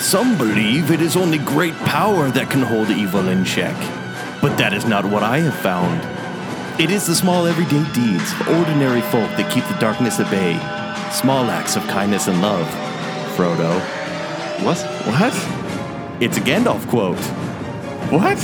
Some believe it is only great power that can hold evil in check. But that is not what I have found. It is the small everyday deeds of ordinary folk that keep the darkness at bay. Small acts of kindness and love. Frodo. What? What? It's a Gandalf quote, What?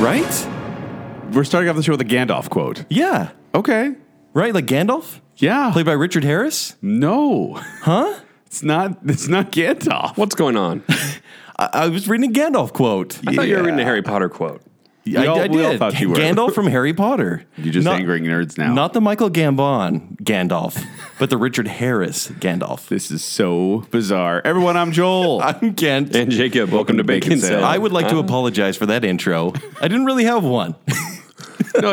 right? We're starting off the show with a Gandalf quote. Yeah. Okay. Right? Like Gandalf? Yeah. Played by Richard Harris? no. Huh? It's not. It's not Gandalf. What's going on? I I, I was reading a Gandalf quote. thought you were Yeah. reading a Harry Potter quote. I, We all- I we all did. thought you were. Gandalf from Harry Potter. You're just angering nerds now. Not the Michael Gambon Gandalf, but the Richard Harris Gandalf. This is so bizarre. Everyone, I'm Joel. I'm Kent. And Jacob, welcome, to Bacon, Sale. I would like to apologize for that intro. I didn't really have one. no,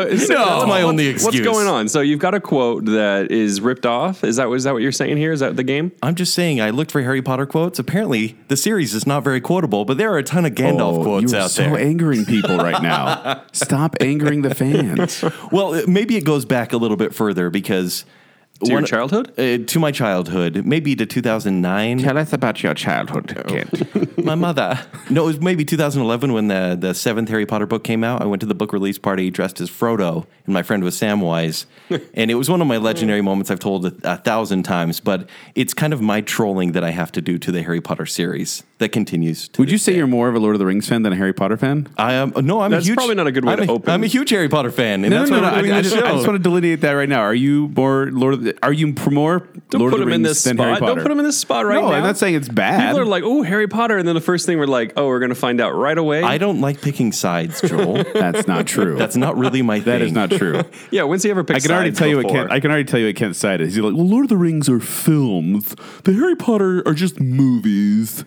it's, Oh, that's my only excuse. What's going on? So you've got a quote that is ripped off. Is that is that what you're saying here? Is that the game? Uh, I'm just saying I looked for Harry Potter quotes. Apparently, the series is not very quotable, but there are a ton of Gandalf Oh, quotes you are out so there. angering people right now. Stop angering the fans. well, it- maybe it goes back a little bit further because To your childhood? uh, to my childhood, maybe to 2009. Tell us about your childhood, Kent. my mother. No, it was maybe 2011 when the, the seventh Harry Potter book came out. I went to the book release party dressed as Frodo, and my friend was Samwise. and it was one of my legendary moments I've told a, a thousand times, but it's kind of my trolling that I have to do to the Harry Potter series that continues. To Would you say you're more of a Lord of the Rings fan than a Harry Potter fan? I am no, I'm a That's huge. probably not a good way I'm to open. I'm a huge Harry Potter fan, and that's why we're doing I, I this just, I show. just want to delineate that right now. Are you more Lord? Of the, are you more Don't Lord put of the him Rings in this than Harry spot. Potter? Don't put him in this spot right no, now. I'm not saying it's bad. People are like, oh, Harry Potter. And then the first thing we're like, oh, we're going to find out right away. I don't like picking sides, Joel. that's not true. that's not really my thing. That is not true. yeah, when's he ever picked I can already sides tell you what before? Kent. I can already tell you what Kent's side is. He's like, well, Lord of the Rings are films. The Harry Potter are just movies.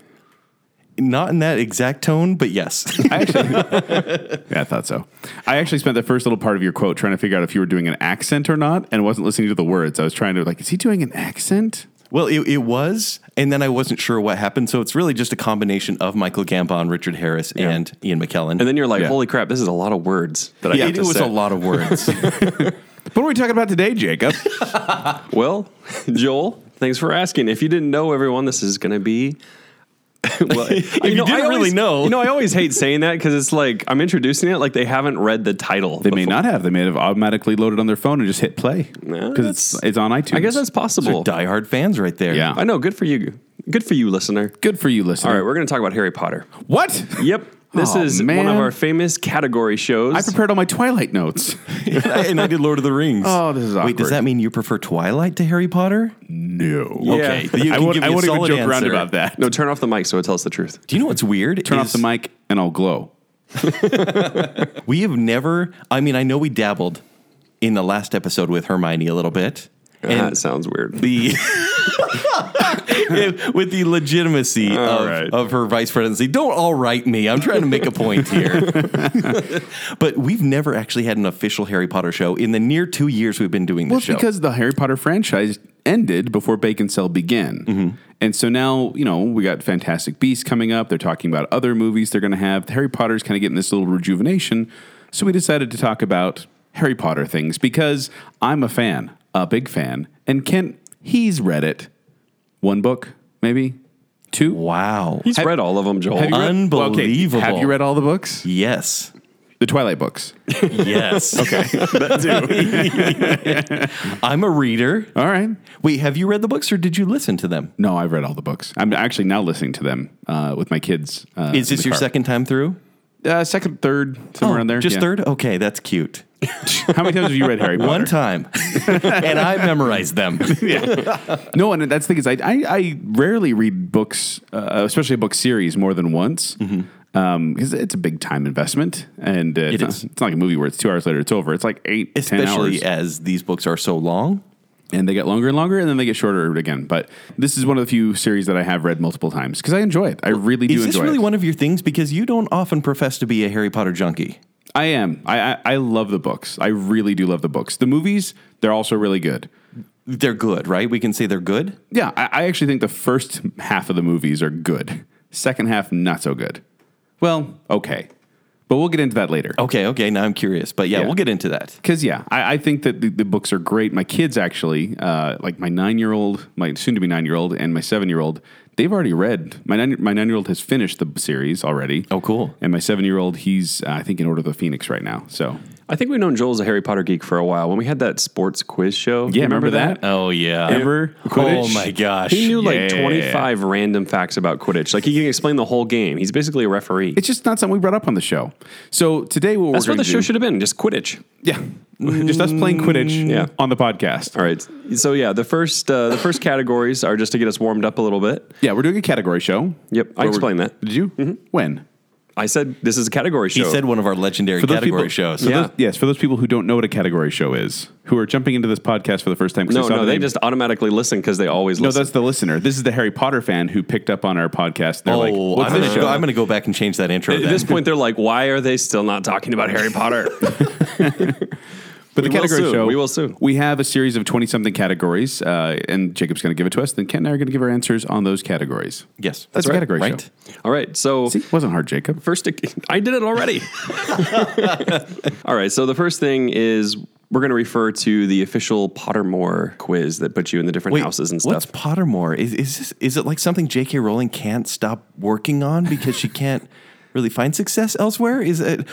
not in that exact tone, but yes. I actually, yeah, I thought so. I actually spent the first little part of your quote trying to figure out if you were doing an accent or not, and wasn't listening to the words. I was trying to like, is he doing an accent? Well, it, it was, and then I wasn't sure what happened. So it's really just a combination of Michael Gambon, Richard Harris, and Ian McKellen. and then you're like, Yeah. holy crap, this is a lot of words that I yeah, have it, to was say. a lot of words. What are we talking about today, Jacob? Well, Joel, thanks for asking. If you didn't know, everyone, this is going to be. well, if you didn't really know. you know, I always hate saying that because it's like I'm introducing it like they haven't read the title. They may not have. They may have automatically loaded on their phone and just hit play No, because it's that's- it's on iTunes. I guess that's possible. Diehard fans, right there. Yeah. I know. Good for you. Good for you, listener. good for you, listener. All right, we're going to talk about Harry Potter. What? Yep. This Aw, is one Oh, man. of our famous category shows. I prepared all my Twilight notes. and I did Lord of the Rings. Oh, this is Wait, does awkward. that mean you prefer Twilight to Harry Potter? no. Okay. You I can won't, give me a I won't even solid joke around answer. about that. no, turn off the mic so it tells the truth. Do you know what's weird? Turn off is the mic and I'll glow. We have never. I mean, I know we dabbled in the last episode with Hermione a little bit. Uh, that sounds weird. the with the legitimacy of, right. of her vice presidency. Don't all right me. I'm trying to make a point here. but we've never actually had an official Harry Potter show in the near two years we've been doing this Well, it's show. because the Harry Potter franchise ended before Bacon Cell began. And so now, you know, we got Fantastic Beasts coming up. They're talking about other movies they're going to have. Harry Potter's kind of getting this little rejuvenation. So we decided to talk about Harry Potter things because I'm a fan, a big fan. And Kent, he's read it. One book, maybe? Two? wow. He's read all of them, Joel. Have you read- well, okay, Unbelievable. Have you read all the books? Yes. The Twilight books. Yes. okay. I'm a reader. All right. Wait, have you read the books or did you listen to them? No, I've read all the books. I'm actually now listening to them uh, with my kids. Uh, Is in this the your car. second time through? Uh, second, third, somewhere Oh, in there. Just yeah. third? Okay, that's cute. How many times have you read Harry Potter? One time. and I memorized them. No, and that's the thing is, I I, I rarely read books, uh, especially a book series, more than once. Um, because it's a big time investment, and uh, it's, not, Mm-hmm. is. it's not like a movie where it's two hours later it's over. It's like eight, ten especially hours, as these books are so long. and they get longer and longer, and then they get shorter again. But this is one of the few series that I have read multiple times because I enjoy it. I really do Is this enjoy really it. one of your things? Because you don't often profess to be a Harry Potter junkie. I am. I, I I love the books. I really do love the books. The movies, they're also really good. They're good, right? We can say they're good. Yeah, I, I actually think the first half of the movies are good. Second half, not so good. Well, okay. But we'll get into that later. Okay, okay. Now I'm curious, but yeah, Yeah. we'll get into that. Because yeah, I, I think that the, the books are great. My kids actually, uh, like my nine year old, my soon to be nine year old, and my seven year old, they've already read. My nine my nine year old has finished the series already. Oh, cool. And my seven year old, he's uh, I think in Order of the Phoenix right now. So I think we've known Joel's a Harry Potter geek for a while. When we had that sports quiz show, you yeah, remember, that? Oh yeah. Ever? Oh Quidditch? my gosh. He knew like Yeah. 25 random facts about Quidditch. Like he can explain the whole game. He's basically a referee. It's just not something we brought up on the show. So today, what That's we're what the going to show do? should have been, just Quidditch. yeah, just us playing Quidditch Yeah. on the podcast. All right. So yeah, the first uh, the first categories are just to get us warmed up a little bit. Yeah, we're doing a category show. Yep, I Where we're- explained that. Mm-hmm. Did you? When? I said this is a category He show. said one of our legendary category people, shows. for Yeah. those- yes, for those people who don't know what a category show is, who are jumping into this podcast for the first time. 'cause no, saw no, the they name. just automatically listen because they always No, listen. that's the listener. This is the Harry Potter fan who picked up on our podcast. They're Oh, like, what's I'm, this gonna show? go, I'm gonna go back and change that intro. At then. this point, they're like, "Why are they still not talking about Harry Potter?" but the we will category soon. show, We will soon. We have a series of 20 something categories, uh, and Jacob's going to give it to us. Then Kent and I are going to give our answers on those categories. yes, That's, a right, category right. show. All right, so See, wasn't hard, Jacob. first, I did it already. All right, so the first thing is we're going to refer to the official Pottermore quiz that puts you in the different houses and what's stuff. Pottermore? Is is this, is it like something J.K. Rowling can't stop working on because she can't really find success elsewhere? Is it?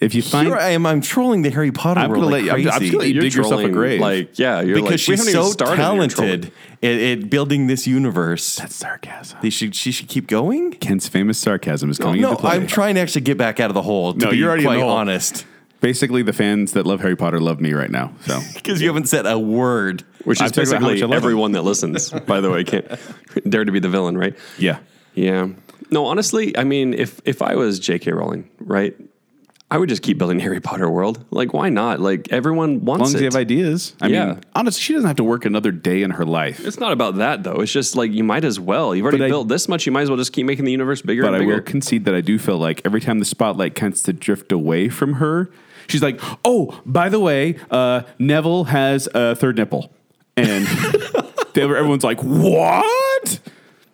If you find, Here I am. I'm trolling the Harry Potter I'm world gonna like let you- I'm- I'm crazy. just gonna let you dig yourself a grave. Like, yeah, you're because like, we haven't she's even so started and you're talented at, at building this universe. that's sarcasm. They should she should keep going. Kent's famous sarcasm is coming No, into play. I'm trying to actually get back out of the hole. To No, be you're already in quite the hole. honest Basically, the fans that love Harry Potter love me right now. So because you haven't said a word. Which I've is talked about how much basically I love him. everyone that listens, by the way. Can't dare to be the villain, right? yeah, Yeah. No, honestly, I mean, if if I was J.K. Rowling, right, I would just keep building Harry Potter world. Like, why not? Like, everyone as long wants as you it. have ideas. I Yeah. mean, honestly, she doesn't have to work another day in her life. it's not about that though. It's just like you might as well. You've already But I- built this much. You might as well just keep making the universe bigger But and I bigger. will concede that I do feel like every time the spotlight tends to drift away from her, she's like, "Oh, by the way, uh, Neville has a third nipple," and they- everyone's like, "What?"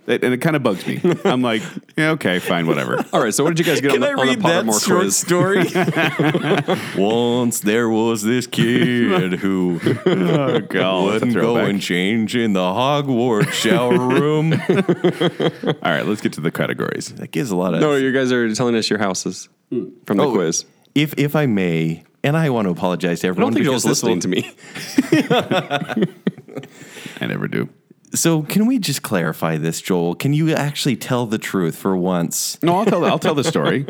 It- and it kind of bugs me. I'm like, "Yeah, okay, fine, whatever." All right. So, what did you guys get Can on the, I on the read that Pottermore short quiz? story? Once there was this kid who Oh god, wouldn't go and change in the Hogwarts shower room. that All right, let's get to the categories. gives a lot of. No, you guys are telling us your houses from the Oh, quiz. If if I may, and I want to apologize to I everyone. don't think because Joel's this will- listening to me. I never do. So can we just clarify this, Joel? Can you actually tell the truth for once? No, I'll tell. I'll tell the story.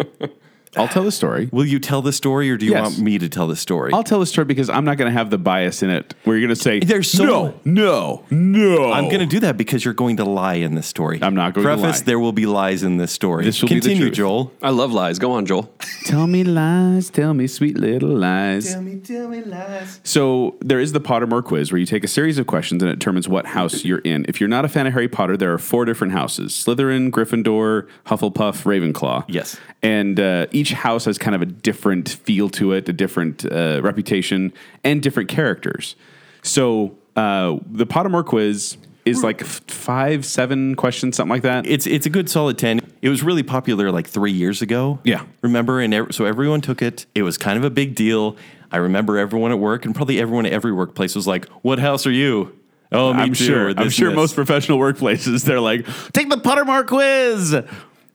I'll tell the story. Will you tell the story, or do you Yes. want me to tell the story? I'll tell the story because I'm not going to have the bias in it. Where you're going to say, There's so- no, no, no." I'm going to do that because you're going to lie in this story. Oh. I'm not going to Preface, lie. There will be lies in this story. This will be the Continue, truth. Joel. I love lies. Go on, Joel. Tell me lies, tell me sweet little lies. me, tell me lies. So there is the Pottermore quiz where you take a series of questions and it determines what house you're in. If you're not a fan of Harry Potter, there are four different houses: Slytherin, Gryffindor, Hufflepuff, Ravenclaw. Yes. and uh, each house has kind of a different feel to it, a different uh, reputation, and different characters. So uh, the Pottermore quiz is like f- five, seven questions, something like that. It's it's a good solid ten. It was really popular like three years ago. Yeah. remember? And ev- so everyone took it. It was kind of a big deal. I remember everyone at work and probably everyone at every workplace was like, "What house are you?" Oh, me I'm too, sure. or I'm this sure and this." most professional workplaces they're like, take the Pottermore quiz.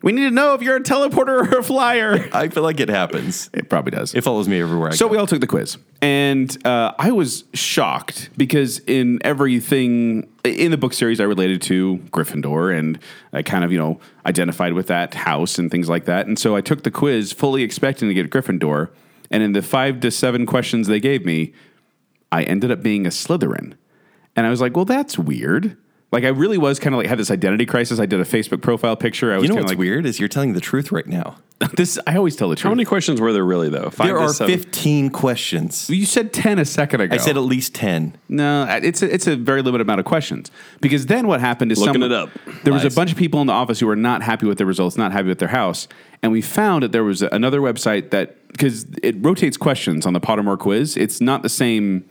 We need to know if you're a teleporter or a flyer. I feel like it happens. It probably does. It follows me everywhere. I so go. we all took the quiz, and uh, I was shocked because in everything in the book series, I related to Gryffindor, and I kind of you know identified with that house and things like that. And so I took the quiz fully expecting to get Gryffindor, and in the five to seven questions they gave me, I ended up being a Slytherin. And I was like, well, that's weird. Like, I really was kind of like had this identity crisis. I did a Facebook profile picture. I was you know kind what's of like, weird is you're telling the truth right now. this. I always tell the truth. How many questions were there really though? Five There to are seven. 15 questions. You said ten a second ago. I said at least 10. No, it's a, it's a very limited amount of questions because then what happened is Looking some, it up. There was Lies. a bunch of people in the office who were not happy with their results, not happy with their house, and we found that there was another website that because it rotates questions on the Pottermore quiz, it's not the same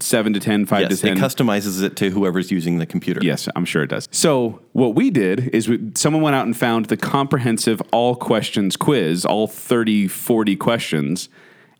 seven to ten, five Yes, to ten. it customizes it to whoever's using the computer. Yes, I'm sure it does. So what we did is we, someone went out and found the comprehensive all questions quiz, all 30, 40 questions,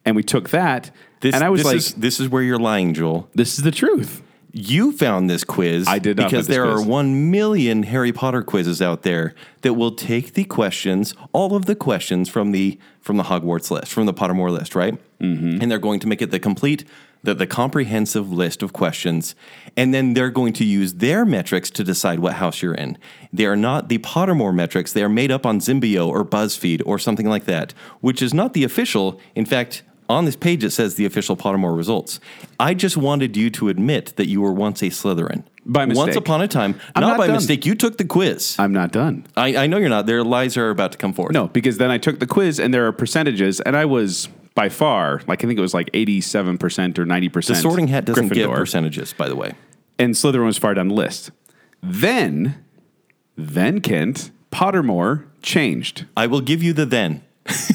and we took that. This, and I was this like, is, this is where you're lying, Joel. this is the truth. You found this quiz. I did not because find this there quiz. are one million Harry Potter quizzes out there that will take the questions, all of the questions from the from the Hogwarts list, from the Pottermore list, right? Mm-hmm. And they're going to make it the complete, the, the comprehensive list of questions, and then they're going to use their metrics to decide what house you're in. They are not the Pottermore metrics; they are made up on Zimbio or BuzzFeed or something like that, which is not the official. In fact. On this page, it says the official Pottermore results. I just wanted you to admit that you were once a Slytherin. By mistake. Once upon a time, I'm not, not by done. mistake, you took the quiz. I'm not done. I, I know you're not. Their lies are about to come forth. No, because then I took the quiz and there are percentages, and I was by far, like I think it was like 87% or 90%. The sorting hat doesn't give Gryffindor. percentages, by the way. and Slytherin was far down the list. Then, then Kent, Pottermore changed. I will give you the then.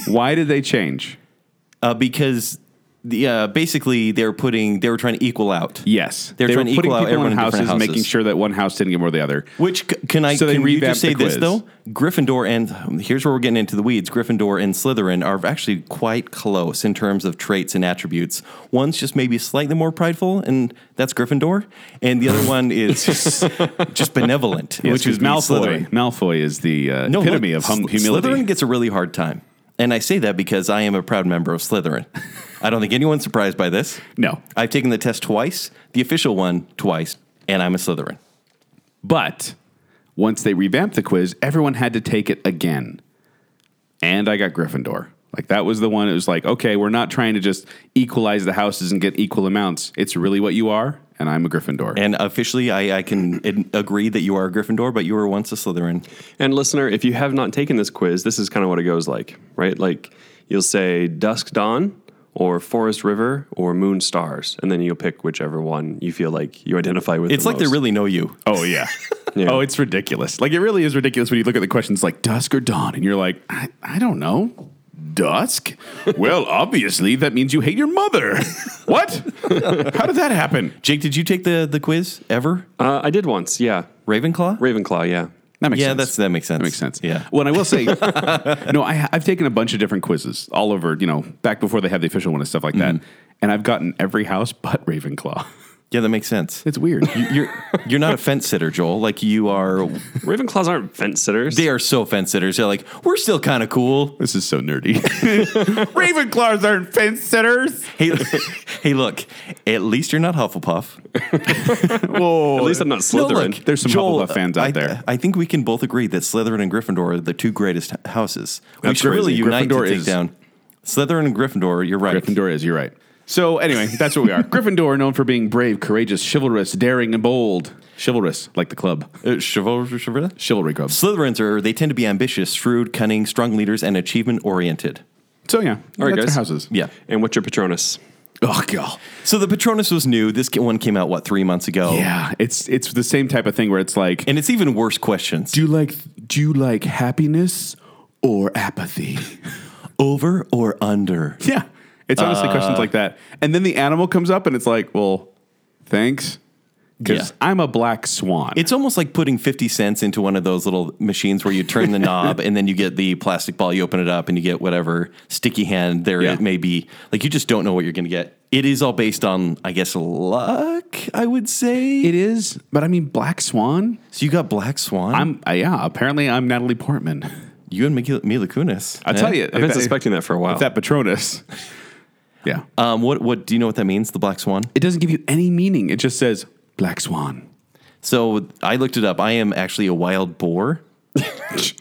Why did they change? Uh, because the, uh, basically they were putting, they were trying to equal out. Yes, They're trying to equal out everyone in different houses, houses. making sure that one house didn't get more than the other. Which c- can I So they can you revamped just say the this quiz. though? Gryffindor and um, here's where we're getting into the weeds. Gryffindor and Slytherin are actually quite close in terms of traits and attributes. One's just maybe slightly more prideful, and that's Gryffindor, and the other one is just, just benevolent, Yes, which is Malfoy. Slytherin. Malfoy is the uh, No, epitome look, of hum- Sly- humility. Slytherin gets a really hard time, and I say that because I am a proud member of Slytherin. I don't think anyone's surprised by this. No, I've taken the test twice, the official one twice, and I'm a Slytherin. but once they revamped the quiz, everyone had to take it again, and I got Gryffindor. Like that was the one. It was like, okay, we're not trying to just equalize the houses and get equal amounts. It's really what you are, and I'm a Gryffindor. And officially, I, I can ad- agree that you are a Gryffindor, but you were once a Slytherin. And listener, if you have not taken this quiz, this is kind of what it goes like, right? Like you'll say Dusk Dawn or Forest River or Moon Stars, and then you'll pick whichever one you feel like you identify with. It's the like they most. really know you. Oh yeah. Yeah. Oh, it's ridiculous. Like it really is ridiculous when you look at the questions like dusk or dawn, and you're like, I, I don't know. Dusk? well, obviously that means you hate your mother. what? How did that happen? Jake, did you take the, the quiz ever? Uh, I did once, yeah. Ravenclaw? Ravenclaw, yeah. That makes yeah, sense. that's that makes sense. That makes sense. Yeah. Well, and I will say, no, I, I've taken a bunch of different quizzes all over, you know, back before they have the official one and stuff like that. And I've gotten every house but Ravenclaw. Yeah, that makes sense. It's weird. You're you're not a fence sitter, Joel. Like you are. Ravenclaws aren't fence sitters. They are so fence sitters. They're like we're still kind of cool. this is so nerdy. Ravenclaws aren't fence sitters. Hey, hey, look. At least you're not Hufflepuff. Whoa. At least I'm not No, Slytherin. look, There's some Joel, Hufflepuff fans out I, there. I think we can both agree that Slytherin and Gryffindor are the two greatest h- houses. We That's should really crazy. unite Gryffindor to take is- down Slytherin and Gryffindor. You're right. Gryffindor is. You're right. So anyway, that's what we are. Gryffindor, known for being brave, courageous, chivalrous, daring, and bold. Chivalrous, like the club, Uh, chivalry- chivalry? chivalry club. Slytherins are they tend to be ambitious, shrewd, cunning, strong leaders, and achievement oriented. So yeah, all right, right, that's guys. our houses. Yeah. And what's your Patronus? Oh god. So the Patronus was new. This one came out what three months ago. Yeah, it's it's the same type of thing where it's like, And it's even worse questions. do you like do you like happiness or apathy? Over or under? yeah, it's honestly questions like that. And then the animal comes up, and it's like, well, thanks, because Yeah. I'm a black swan. It's almost like putting fifty cents into one of those little machines where you turn the knob and then you get the plastic ball. You open it up and you get whatever sticky hand there Yeah. it may be. Like you just don't know what you're going to get. It is all based on, I guess, luck. I would say. it is, but I mean, black swan. so you got Black Swan. I'm uh, yeah. Apparently, I'm Natalie Portman. you and Mila, Mila Kunis. eh? I'll tell you. if I've been suspecting that for a while. if that Patronus. yeah. Um, what what do you know what that means? The Black Swan. it doesn't give you any meaning. It just says black swan. So I looked it up. I am actually a wild boar.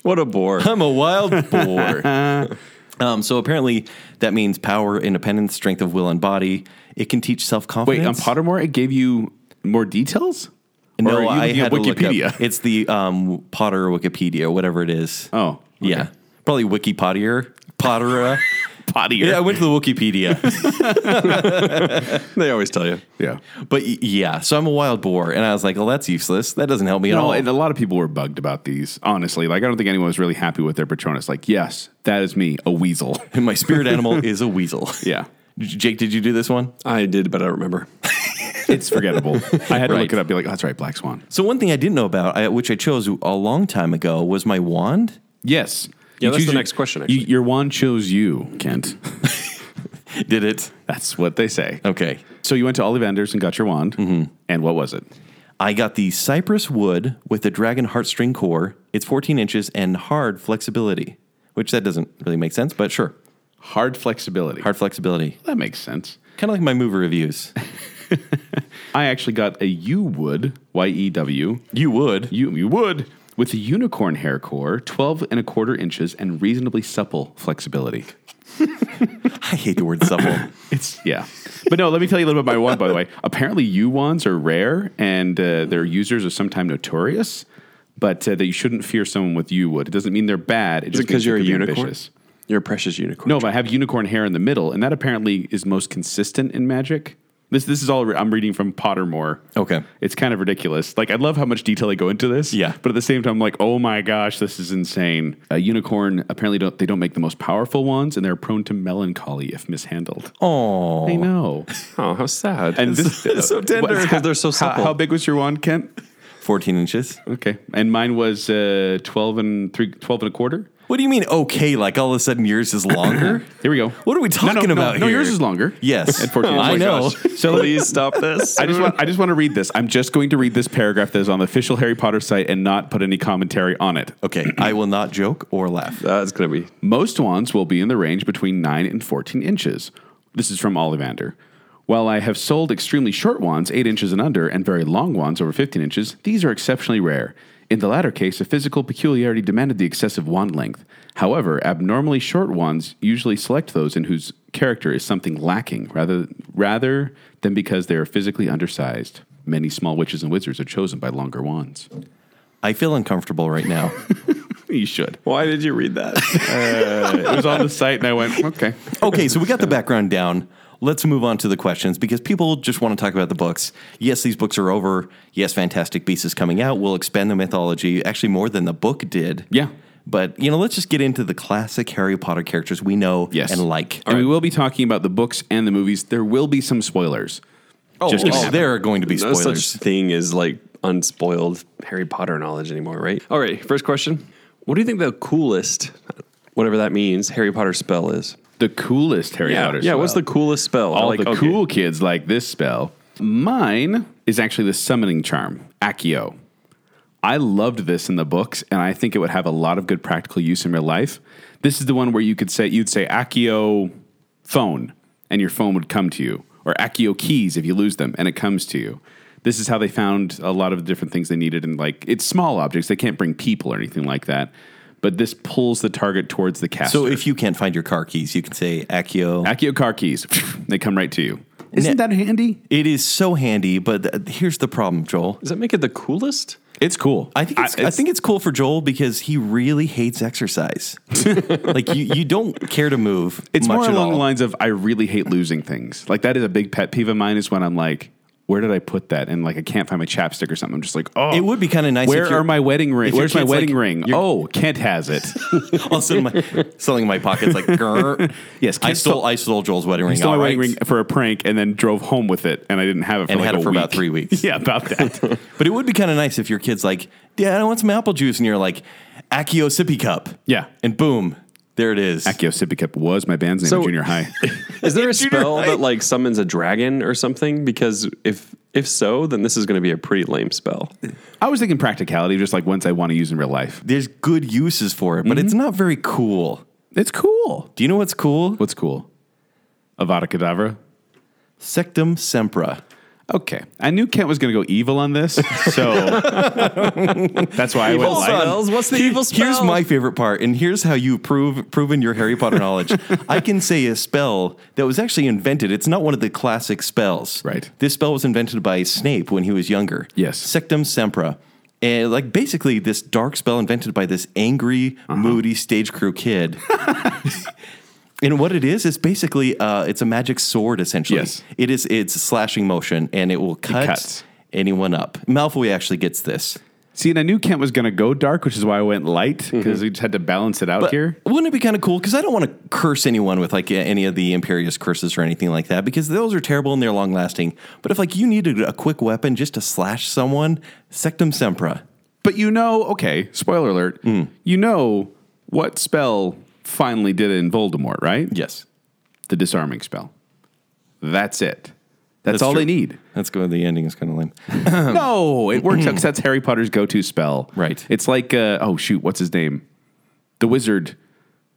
what a bore. I'm a wild boar. um, so apparently that means power, independence, strength of will and body. It can teach self Wait, confidence. on Pottermore, it gave you more details? No, are you I looking had at to look up- Wikipedia? It's the um, Potter Wikipedia, whatever it is. Oh. okay. yeah, probably Wiki Pottier, Potterer. Pottier. yeah, I went to the Wikipedia, they always tell you. Yeah. but y- yeah. So I'm a wild boar, and I was like, "Well, that's useless. That doesn't help me at No, all." and a lot of people were bugged about these, honestly. Like, I don't think anyone was really happy with their Patronus. Like, yes, that is me, a weasel. And my spirit animal is a weasel. yeah. Jake, did you do this one? I did, but I don't remember. it's forgettable. I had to Right. look it up. Be like, oh, that's right, Black Swan. So one thing I didn't know about, I, which I chose a long time ago, was my wand. Yes. Yeah, that's choose the your- next question, you- actually. your wand chose you, Kent. Did it? That's what they say. Okay. So you went to Ollivanders and got your wand. Mm-hmm. And what was it? I got the cypress wood with the dragon heartstring core. It's 14 inches and hard flexibility, which that doesn't really make sense, but sure, Hard flexibility. hard flexibility. That makes sense. Kind of like my mover reviews. I actually got a U wood, Y E W, You would. you, you would, with a unicorn hair core, 12 and a quarter inches, and reasonably supple flexibility. I hate the word supple. It's, yeah. But no, let me tell you a little bit about my wand, by the way. Apparently, U wands are rare and uh, their users are sometimes notorious, but uh, that you shouldn't fear someone with U wood. It doesn't mean they're bad. It Is just it because means they you're a could be unicorn? ambitious. You're a precious unicorn. No, but I have unicorn hair in the middle, and that apparently is most consistent in magic. This this is all re- I'm reading from Pottermore. Oh. Okay. It's kind of ridiculous. Like I love how much detail they go into this. Yeah. But at the same time, I'm like, oh my gosh, this is insane. A unicorn apparently don't they don't make the most powerful ones, and they're prone to melancholy if mishandled. Oh, I know. Oh, how sad. And this uh, so tender what- because they're so how- supple. How, big was your wand, Kent? 14 inches. Okay, and mine was uh, twelve and three, 12 and a quarter. What do you mean, okay? Like all of a sudden yours is longer? Here we go. What are we No, no, talking no, about No, here? yours is longer. Yes. At 14. I Oh my know. gosh. so please stop this. I just want I just want to read this. I'm just going to read this paragraph that is on the official Harry Potter site and not put any commentary on it. Okay. I will not joke or laugh. That's gonna be Most wands will be in the range between 9 and 14 inches. This is from Ollivander. While I have sold extremely short wands, 8 inches and under, and very long wands over 15 inches, these are exceptionally rare. In the latter case, a physical peculiarity demanded the excessive wand length. However, abnormally short wands usually select those in whose character is something lacking rather, rather than because they are physically undersized. Many small witches and wizards are chosen by longer wands. I feel uncomfortable right now. You should. why did you read that? It was on the site, and I went, okay. okay, so we got the background down. Let's move on to the questions because people just want to talk about the books. Yes, these books are over. Yes, Fantastic Beasts is coming out. We'll expand the mythology actually more than the book did. Yeah. But, you know, let's just get into the classic Harry Potter characters we know Yes. and like. And we will be talking about the books and the movies. There will be some spoilers. Oh, Just oh, gonna happen. there are going to be no spoilers. such thing as like unspoiled Harry Potter knowledge anymore, right? All right, first question. What do you think the coolest, whatever that means, Harry Potter spell is? The coolest Harry yeah, Potter yeah. What's the spell. coolest spell? All Like, the okay. cool kids like this spell. Mine is actually the summoning charm, Accio. I loved this in the books, and I think it would have a lot of good practical use in real life. This is the one where you could say you'd say Accio phone, and your phone would come to you, or Accio keys if you lose them, and it comes to you. This is how they found a lot of the different things they needed, and like it's small objects; they can't bring people or anything like that. But this pulls the target towards the caster. So if you can't find your car keys, you can say Accio. Accio car keys, they come right to you. Isn't Ne- that handy? it is so handy, but th- here's the problem, Joel. Does that make it the coolest? It's cool. I think it's, I, think it's cool for Joel because he really hates exercise. like you, you don't care to move. It's much more at along the all. lines of I really hate losing things. Like that is a big pet peeve of mine is when I'm like, where did I put that? And like I can't find my chapstick or something. I'm just like, oh, It would be kinda nice Where if your- are my wedding if ring? your Where's my kid's wedding like, ring? your- Oh, Kent has it. also in my, something in my pockets like grr. Yes, I Kent stole stole- I stole Joel's wedding ring. He stole my all wedding right. ring for a prank and then drove home with it, and I didn't have it for And like had a it for week. about three weeks. yeah, about that. But it would be kind of nice if your kid's like, Dad, I want some apple juice, and you're like, Accio sippy cup. Yeah. and boom, there it is. Akio Sippy Cup was my band's name So- in junior high. Is there a spell high. that like summons a dragon or something? Because if if so, then this is going to be a pretty lame spell. I was thinking practicality, just like ones I want to use in real life. There's good uses for it, but it's not very cool. It's cool. Do you know what's cool? What's cool? Avada Kedavra. Sectum sempra. Okay, I knew Kent was going to go evil on this, so that's why I went light. What's the evil Here's my favorite part, and here's how you prove proven your Harry Potter knowledge. I can say a spell that was actually invented. It's not one of the classic spells. Right. This spell was invented by Snape when he was younger. Yes. Sectum Sempra. And like basically this dark spell invented by this angry, Uh-huh. moody stage crew kid. And what it is, it's basically uh, it's a magic sword. Essentially, Yes. it is. It's a slashing motion, and it will cut cuts. anyone up. Malfoy actually gets this. See, and I knew Kent was going to go dark, which is why I went light Mm-hmm. because we just had to balance it out But here. wouldn't it be kind of cool? Because I don't want to curse anyone with like any of the imperious curses or anything like that, because those are terrible and they're long lasting. But if like you needed a quick weapon just to slash someone, Sectum Sempra. But you know, okay, spoiler alert. Mm. You know what spell finally did it in Voldemort, right? Yes, The disarming spell. That's it. That's, That's all true. they need. that's good. The ending is kind of lame. no, it works out 'cause that's Harry Potter's go-to spell. Mm-hmm. Right. It's like uh, oh shoot, what's his name? The wizard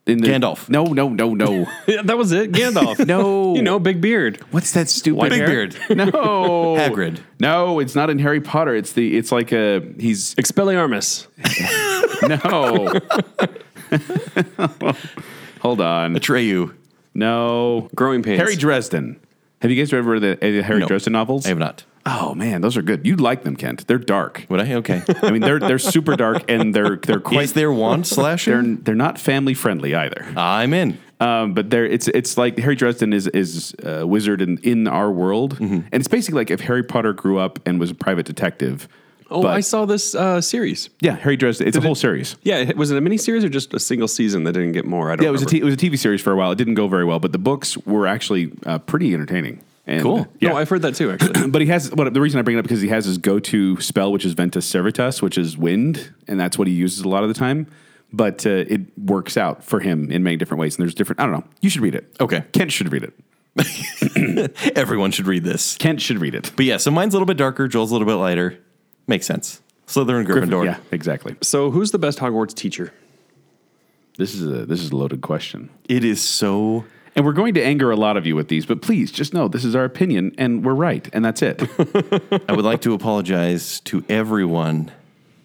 in the Gandalf. No, no, no, no. Yeah, that was it. Gandalf. No. You know, big beard. what's that stupid Big hair? beard. No. Hagrid. No, it's not in Harry Potter. It's the it's like a he's Expelliarmus. no. Hold on. Atreyu. No. Growing pains. Harry Dresden. Have you guys ever read the, any of the Harry No. Dresden novels? I have not. Oh man, those are good. You'd like them, Kent. They're dark. Would I? Okay. I mean, they're they're super dark and they're they're quite Is there one they're slasher? they're not family friendly either. I'm in. Um, but they're it's it's like Harry Dresden is is a wizard in in our world, Mm-hmm. and it's basically like if Harry Potter grew up and was a private detective. Oh, but- I saw this uh, series. Yeah, Harry Dresden. It's a whole series. Yeah, it- was it a mini series or just a single season that didn't get more? I don't Yeah, it was a remember. t- it was a TV series for a while. It didn't go very well, but the books were actually uh, pretty entertaining. And, Cool. Yeah. No, I've heard that too, actually. but he has what the reason I bring it up because he has his go-to spell, which is Ventus Servitas, which is wind, and that's what he uses a lot of the time. But uh, it works out for him in many different ways, and there's different. I don't know. You should read it. Okay. Kent should read it. Everyone should read this. Kent should read it. But yeah, so mine's a little bit darker. Joel's a little bit lighter. Makes sense. Slytherin, Gryffindor. Yeah, exactly. so, who's the best Hogwarts teacher? This is a this is a loaded question, It is so. and we're going to anger a lot of you with these. But please, just know this is our opinion, and we're right, and that's it. I would like to apologize to everyone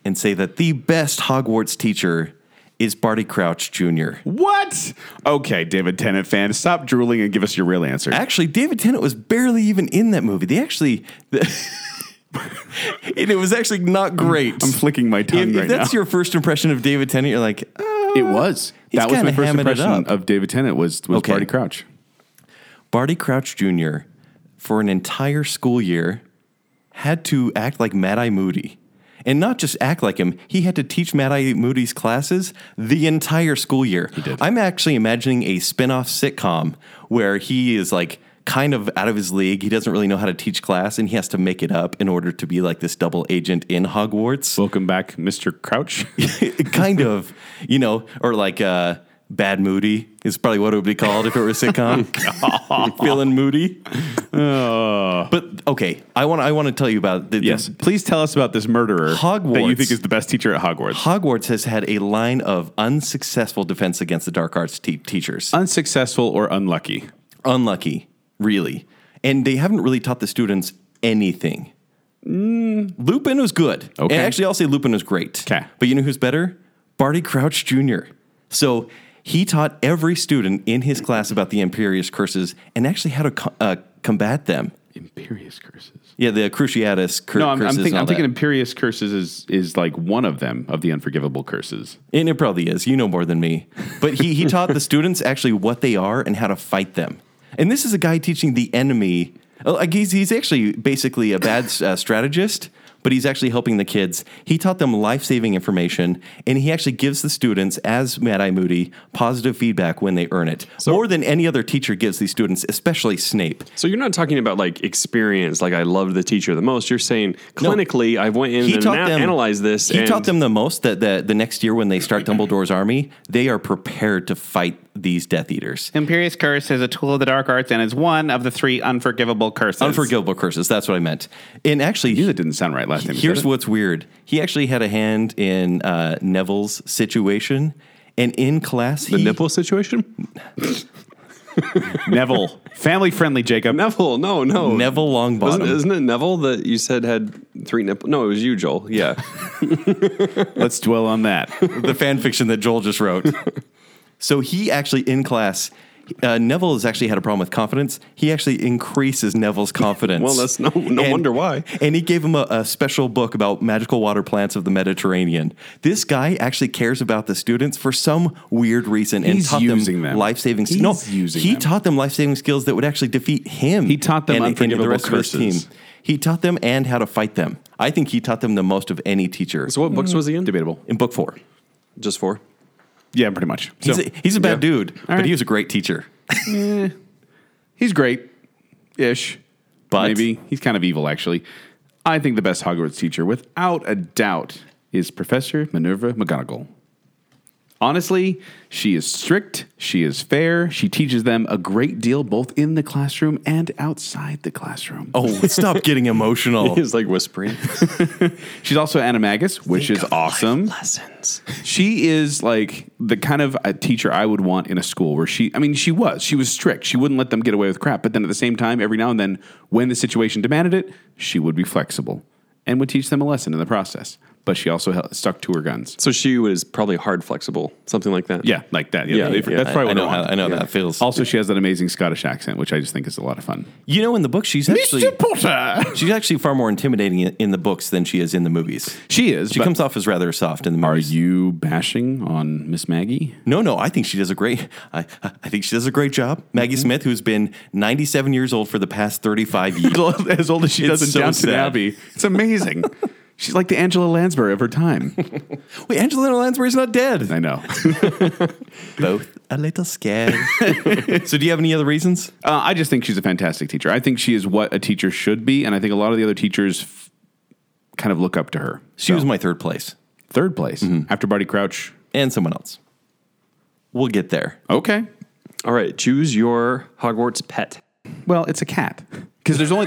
and say that the best Hogwarts teacher is Barty Crouch Jr. what? Okay, David Tennant fan, stop drooling and give us your real answer. Actually, David Tennant was barely even in that movie. They actually. and it was actually not great. I'm flicking my tongue if, if right that's now. your first impression of David Tennant, you're like, uh, it was. He's That was my kinda first hamming it impression up. of David Tennant was was Okay. Barty Crouch. Barty Crouch Jr. for an entire school year had to act like Mad Eye Moody. And not just act like him, he had to teach Mad Eye Moody's classes the entire school year. He did. I'm actually imagining a spin-off sitcom where he is like kind of out of his league. He doesn't really know how to teach class and he has to make it up in order to be like this double agent in Hogwarts. Welcome back, Mr. Crouch. kind of, you know, or like uh Bad Moody is probably what it would be called if it were a sitcom. Feeling moody. But okay, I want I want to tell you about the, yes. Please tell us about this murderer that you Hogwarts. think is the best teacher at Hogwarts. Hogwarts has had a line of unsuccessful defense against the dark arts te- teachers. Unsuccessful or unlucky. Unlucky, really. And they haven't really taught the students anything. Lupin was good. Mm. Okay. And actually, I'll say Lupin was great. 'Kay. But you know who's better? Barty Crouch Jr. So he taught every student in his class about the imperious curses and actually how to co- uh, combat them. Imperious curses. Yeah, the cruciatus cur- No, I'm, I'm, curses. think, and all I'm thinking that. imperious curses is is like one of them of the unforgivable curses. And it probably is. You know more than me. But he, he taught the students actually what they are and how to fight them. And this is a guy teaching the enemy. oh, Like he's, he's actually basically a bad uh, strategist, but he's actually helping the kids. He taught them life saving information, and he actually gives the students, as Mad Eye Moody, positive feedback when they earn it. more than any other teacher gives these students, especially Snape. So you're not talking about like experience, like I loved the teacher the most. You're saying clinically, I went in and ana- analyzed this. He and taught them the most that the, the next year when they start Dumbledore's army, they are prepared to fight these Death Eaters. Imperious Curse is a tool of the dark arts and is one of the three unforgivable curses. Unforgivable curses. That's what I meant. And actually, You that didn't sound right last time. you here's said it. what's weird. He actually had a hand in uh, Neville's situation, and in class, the he, nipple situation. Neville. Family friendly, Jacob. Neville, no, no, Neville Wasn't- Longbottom. Isn't, it Neville that you said had three nipples? No, it was you, Joel. Yeah, Let's dwell on that. the fan fiction that Joel just wrote. so he actually in class. Uh, Neville has actually had a problem with confidence. He actually increases Neville's confidence. Well, that's no- no wonder why. And he gave him a, a special book about magical water plants of the Mediterranean. This guy actually cares about the students for some weird reason and He's taught using them. life saving He's skills. No, using he them. taught them life saving skills that would actually defeat him. He taught them and- and the unforgivable rest of his curses. team. He taught them and how to fight them. I think he taught them the most of any teacher So what books was he in? Debatable. in book four. Just four. Yeah, pretty much. So, He's, he's, a, he's a bad dude, but right. he was a great teacher. great ish. But- maybe he's kind of evil, actually. I think the best Hogwarts teacher, without a doubt, is Professor Minerva McGonagall. Honestly, she is strict, she is fair, she teaches them a great deal both in the classroom and outside the classroom. Oh, stop getting emotional. He's like whispering. She's also animagus, which is awesome. Lessons. She is like the kind of a teacher I would want in a school where she, I mean, she was, she was strict. She wouldn't let them get away with crap. But then at the same time, every now and then, when the situation demanded it, she would be flexible and would teach them a lesson in the process. But she also held, stuck to her guns. So she was probably hard flexible, something like that. Yeah, like that. Yeah, Yeah, yeah, I, that's probably I what know. I How, want. I know that feels. Also, she has that amazing Scottish accent, which I just think is a lot of fun. you know, in the book, she's actually Potter! she's actually far more intimidating in in the books than she is in the movies. She is. She but comes off as rather soft in the are movies. you bashing on Miss Maggie? No, no, I think she does a great. I, I think she does a great job. Maggie Smith, who's been 97 years old for the past 35 years. as old as she It's does in so Downton sad. Abbey. It's amazing. She's like the Angela Lansbury of her time. Wait, Angelina Lansbury's not dead. I know. Both a little scared. so, do you have any other reasons? Uh, I just think she's a fantastic teacher. I think she is what a teacher should be, and I think a lot of the other teachers f- kind of look up to her. She was my third place, Third place Mm-hmm. after Buddy Crouch. and someone else. We'll get there. Okay. All right. Choose your Hogwarts pet. Well, it's a cat because there's only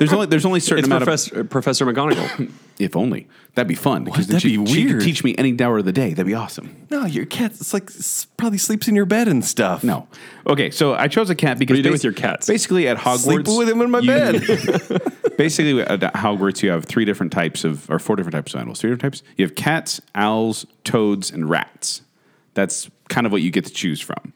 there's only there's only a certain It's amount Professor, Professor McGonagall. of if only that'd be fun because then That'd she, be she could weird. teach me any hour of the day. That'd be awesome. No, your cat. It's like s- probably sleeps in your bed and stuff. No. Okay, so I chose a cat because you do basi- with your cats? Basically, at Hogwarts, sleep with him in my you- bed. Basically, at Hogwarts, you have three different types of, or four different types of animals. Three different types. You have cats, owls, toads, and rats. That's kind of what you get to choose from.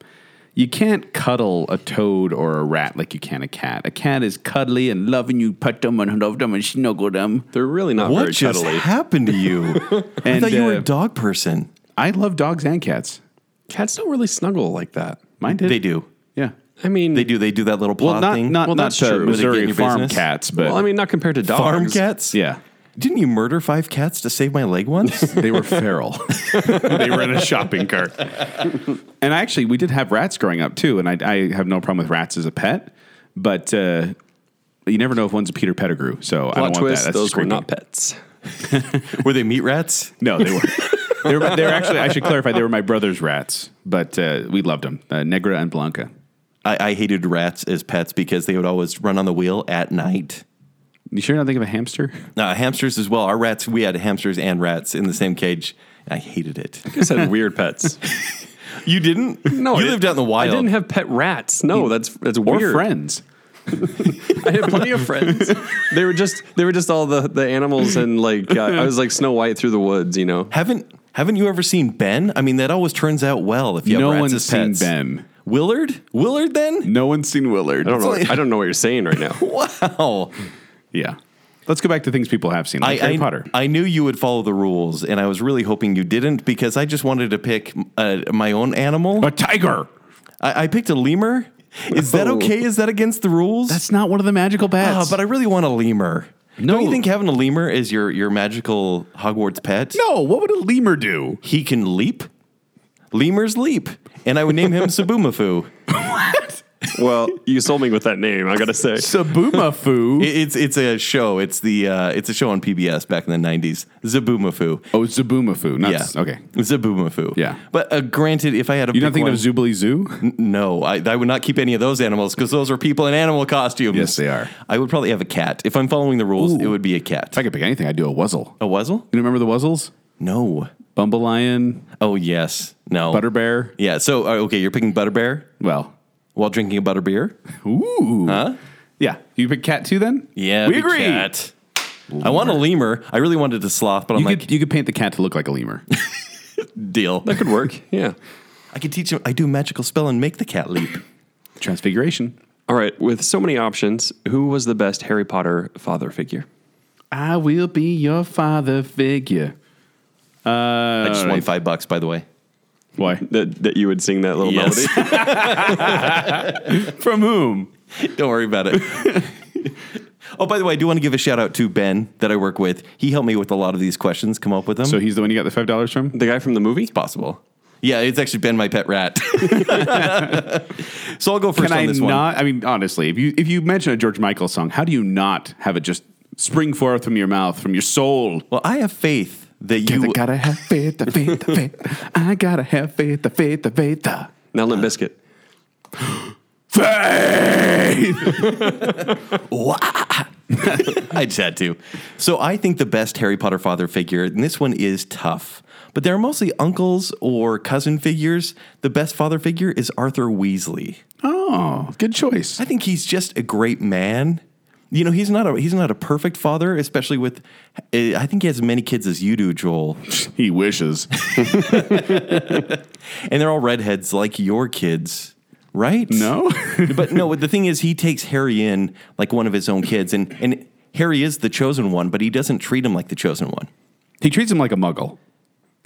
You can't cuddle a toad or a rat like you can a cat. A cat is cuddly and loving. You pet them and love them and snuggle them. They're really not what very just cuddly. happened to you? I And, thought you were uh, a dog person. I love dogs and cats. Cats don't really snuggle like that. Mine did. They do. Yeah. I mean, They do. They do that little paw Well, not thing. not Well, not that's uh, true. Would it get in Missouri your farm business? cats, but Well, I mean, not compared to dogs. farm cats. yeah, Didn't you murder five cats to save my leg once? they were feral. they were in a shopping cart. and actually, we did have rats growing up too, and I, I have no problem with rats as a pet, but uh, you never know if one's a Peter Pettigrew. So I don't Plot want twist, that. That's those creepy. were not pets. Were they meat rats? No, they were. they were. They were actually. I should clarify. They were my brother's rats, but uh, we loved them, uh, Negra and Blanca. I, I hated rats as pets because they would always run on the wheel at night. You sure you're not think of a hamster? Uh, hamsters as well. Our rats, we had hamsters and rats in the same cage. I hated it. You guys had weird pets. You didn't? No, I you didn't- lived out in the wild. I didn't have pet rats. No, that's that's Or weird. friends? I had plenty of friends. they were just they were just all the the animals and like uh, I was like Snow White through the woods. You know, haven't haven't you ever seen Ben? I mean, that always turns out well if you no have rats one's as seen pets. Ben. Willard? Willard then? No one's seen Willard. I don't know. It's like- I don't know what you're saying right now. Wow. Yeah. Let's go back to things people have seen. Like Harry I, Potter. I knew you would follow the rules, and I was really hoping you didn't because I just wanted to pick uh, my own animal. a tiger. I, I picked a lemur. Is that Oh. okay? Is that against the rules? That's not one of the magical Ah, bats. but I really want a lemur. No. Don't you think having a lemur is your, your magical Hogwarts pet? no, what would a lemur do? He can leap. Lemurs leap. And I would name him Sabumafu. well, you sold me with that name. I gotta say, It- Zaboomafu. It's it's a show. It's the uh, it's a show on PBS back in the nineties. Zabumafu. oh, Zaboomafu. Not Yeah. Okay. Zabumafu. Yeah. But uh, granted, if I had a You're not pick thinking one, of Zoobly Zoo? no, I, I would not keep any of those animals because those are people in animal costumes. Yes, they are. I would probably have a cat if I'm following the rules. It would be a cat. If I could pick anything, I'd do a wuzzle. a wuzzle? You remember the wuzzles? No. Bumble lion, Oh yes. No. butterbear. Yeah. So uh, okay, you're picking butterbear Well, while drinking a butterbeer. ooh. Huh? Yeah. You pick cat too then? Yeah. We big agree. cat. I want a lemur. I really wanted a sloth, but I'm You, like, could, you could paint the cat to look like a lemur. deal. that could work. Yeah. I could teach him. I do a magical spell and make the cat leap. Transfiguration. All right. With so many options, who was the best Harry Potter father figure? I will be your father figure. I just won five bucks, by the way. Why? That that you would sing that little Yes. melody. From whom? Don't worry about it. Oh, by the way, I do want to give a shout out to Ben that I work with. He helped me with a lot of these questions, come up with them. So he's the one you got the five dollars from. The guy from the movie? possible. Yeah, it's actually been my pet rat. so I'll go first Can I on this one. not? I mean, honestly, if you if you mention a George Michael song, how do you not have it just spring forth from your mouth, from your soul? Well, I have faith that you. gotta have faith, the faith, the faith. I gotta have faith, the faith, the faith, the Now Limp Biscuit. faith. I just had to. So I think the best Harry Potter father figure, and this one is tough, but they're mostly uncles or cousin figures. The best father figure is Arthur Weasley. oh, good choice. I think he's just a great man. You know, he's not a he's not a perfect father, especially with. eh, I think he has as many kids as you do, Joel, He wishes. and they're all redheads like your kids, right? No, but no, but the thing is, he takes Harry in like one of his own kids, and and Harry is the chosen one, but he doesn't treat him like the chosen one. he treats him like a Muggle.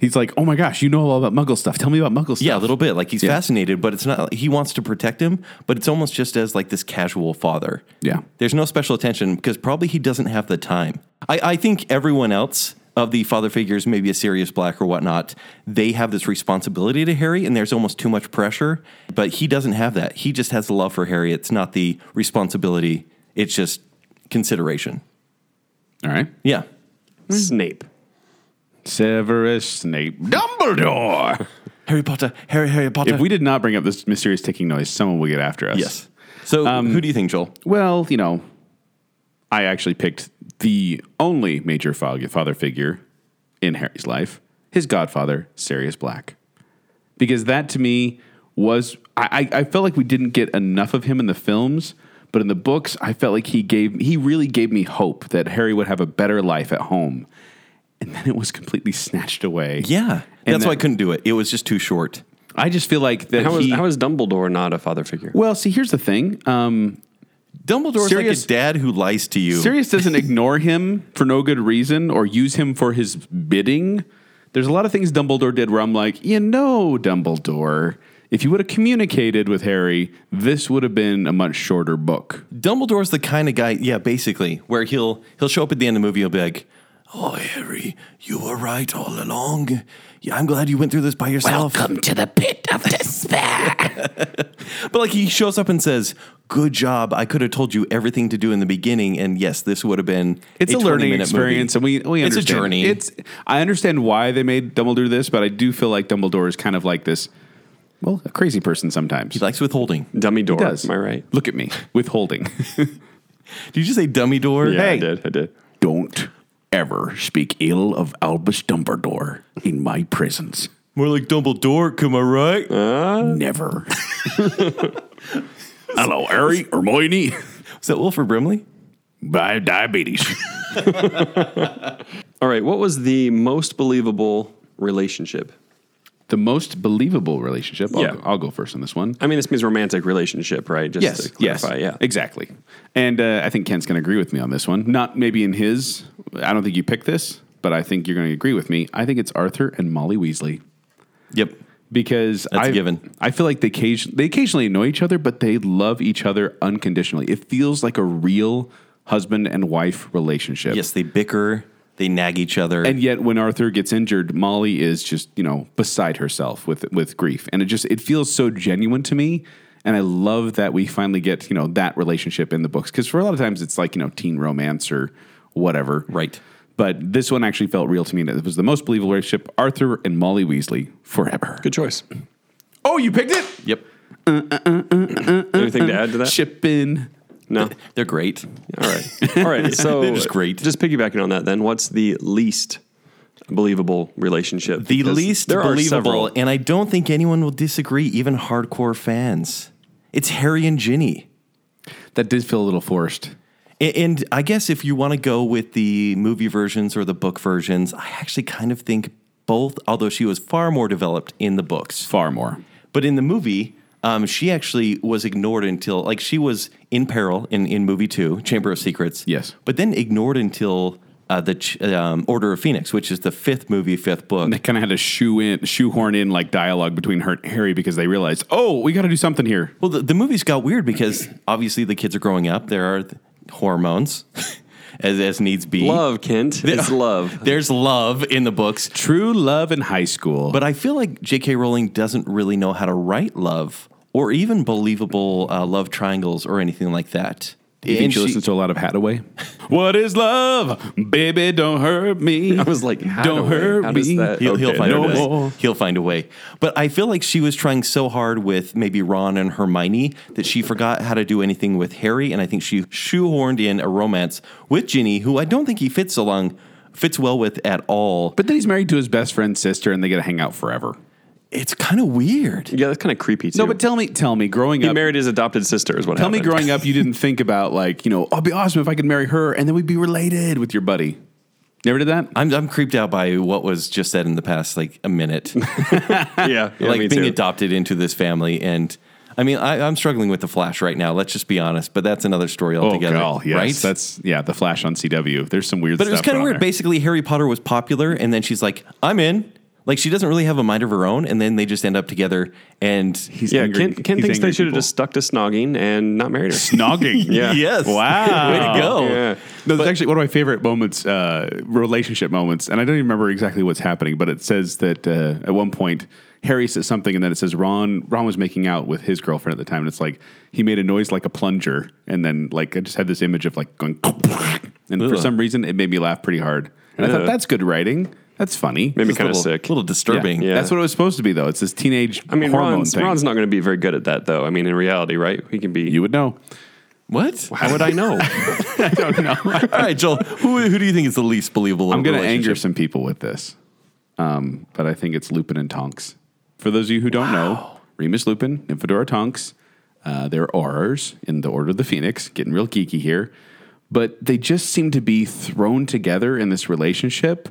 He's like, oh my gosh, you know all about Muggle stuff. Tell me about Muggle stuff. Yeah, a little bit. Like he's fascinated, but it's not. He wants to protect him, but it's almost just as like this casual father. Yeah. there's no special attention because probably he doesn't have the time. I, I think everyone else of the father figures, maybe a Sirius Black or whatnot, they have this responsibility to Harry, and there's almost too much pressure. But he doesn't have that. He just has the love for Harry. It's not the responsibility. It's just consideration. All right. Yeah. Mm. Snape. Severus Snape Dumbledore. Harry Potter, Harry, Harry Potter. if we did not bring up this mysterious ticking noise, someone will get after us. yes. So who do you think, Joel? Well, you know, I actually picked the only major fa- father figure in Harry's life, his godfather, Sirius Black. Because that to me was, I, I I felt like we didn't get enough of him in the films, but in the books, I felt like he gave, he really gave me hope that Harry would have a better life at home. And then it was completely snatched away. Yeah, And that's why I that- couldn't do it. It was just too short. I just feel like that How is, he. how is Dumbledore not a father figure? well, see, here's the thing. Um, Dumbledore's Sirius- like a dad who lies to you. Sirius doesn't ignore him for no good reason or use him for his bidding. There's a lot of things Dumbledore did where I'm like, you know, Dumbledore, if you would have communicated with Harry, this would have been a much shorter book. Dumbledore's the kind of guy, yeah, basically, where he'll he'll show up at the end of the movie, he'll be like, "Oh, Harry, you were right all along. Yeah, I'm glad you went through this by yourself." to the pit of despair. But like, he shows up and says, "Good job. I could have told you everything to do in the beginning, and yes, this would have been It's a, 20 learning minute experience, movie. and we we It's a understand. journey. It's I understand why they made Dumbledore this, but I do feel like Dumbledore is kind of like this, well, a crazy person sometimes. he likes withholding. Dummy door. does. Am I right? Look at me withholding. Did you just say dummy door? Yeah, I Hey. did. I did. Don't ever speak ill of Albus Dumbledore in my presence. More like Dumbledore, am I right? Uh. Never. Hello, Harry Hermione. Is that Wilford Brimley? By diabetes. All right. What was the most believable relationship? The most believable relationship. I'll, Yeah. go, I'll go first on this one. I mean, this means romantic relationship, right? Just to clarify, yeah. exactly. And uh, I think Ken's going to agree with me on this one. Not maybe in his. I don't think you picked this, but I think you're going to agree with me. I think it's Arthur and Molly Weasley. Yep. because That's a I, given. I feel like they occasion, they occasionally annoy each other, but they love each other unconditionally. It feels like a real husband and wife relationship. Yes, they bicker, they nag each other. And yet, when Arthur gets injured, Molly is just you know beside herself with with grief, and it just it feels so genuine to me. And I love that we finally get you know that relationship in the books because for a lot of times it's like you know teen romance or whatever, Right. But this one actually felt real to me. and It was the most believable relationship: Arthur and Molly Weasley forever. Good choice. Oh, you picked it. yep. Anything to add to that? Shipping. No. They're great. All right. All right. So They're just great. Just piggybacking on that, then, what's the least believable relationship? The Because least there are believable, several. and I don't think anyone will disagree, even hardcore fans. It's Harry and Ginny. That did feel a little forced. A- And I guess if you want to go with the movie versions or the book versions, I actually kind of think both, although she was far more developed in the books. Far more. But in the movie, um, she actually was ignored until, like, she was in peril in, in movie two, Chamber of Secrets. Yes. But then ignored until uh, the Ch- um, Order of Phoenix, which is the fifth movie, fifth book. They kind of had to shoe in, shoehorn in like dialogue between her and Harry because they realized, oh, we got to do something here. Well, the, the movies got weird because obviously the kids are growing up. There are hormones as, as needs be. Love, Kent. It's love. There's love in the books. True love in high school. But I feel like J.K. Rowling doesn't really know how to write love or even believable uh, love triangles or anything like that. you think And she she- listens to a lot of Hadaway? what is love? Baby, don't hurt me. I was like, don't Hathaway? hurt How me. does that- He'll, he'll Okay, find no a way. more. He'll find a way. But I feel like she was trying so hard with maybe Ron and Hermione that she forgot how to do anything with Harry, and I think she shoehorned in a romance with Ginny, who I don't think he fits along fits well with at all. But But then he's married to his best friend's sister, and they get to hang out forever. it's kind of weird. Yeah, that's kind of creepy too. No, but tell me, tell me, growing he up, married his adopted sister. Is what tell me, happened. growing up, you didn't think about like, you know, oh, it'd be awesome if I could marry her, and then we'd be related with your buddy. Never did that. I'm, I'm creeped out by what was just said in the past like a minute. yeah, yeah, like me being too. adopted into this family and I mean, I, I'm struggling with the Flash right now. Let's just be honest, but that's another story altogether, Oh, God, yes, right? That's yeah, the Flash on CW. There's some weird. But it was stuff kind of on weird. there. Basically, Harry Potter was popular, and then she's like, "I'm in." Like she doesn't really have a mind of her own, and then they just end up together. And yeah, angry- Kent, Kent he's thinks angry they should have people. just stuck to snogging and not married her. snogging. Yeah. yes, Wow. way to go. Yeah. No, it's actually one of my favorite moments, uh, relationship moments, and I don't even remember exactly what's happening. But it says that uh, at one point Harry says something, and then it says Ron. Ron was making out with his girlfriend at the time, and it's like he made a noise like a plunger, and then like I just had this image of like going, and for Ugh. some reason it made me laugh pretty hard, and I thought Yeah. that's good writing. That's funny. Made me It's a kind of little- sick. a little disturbing. Yeah. That's what it was supposed to be, though. It's this teenage I mean, hormone Ron's, thing. Ron's not going to be very good at that, though. I mean, in reality, right? He can be. you would know. What? how would I know? I don't know. All right, Joel. Who, who do you think is the least believable? I'm going to anger some people with this, um, but I think it's Lupin and Tonks. For those of you who don't know, Remus Lupin and Fedora Tonks, uh, they're Aurors in the Order of the Phoenix, getting real geeky here, but they just seem to be thrown together in this relationship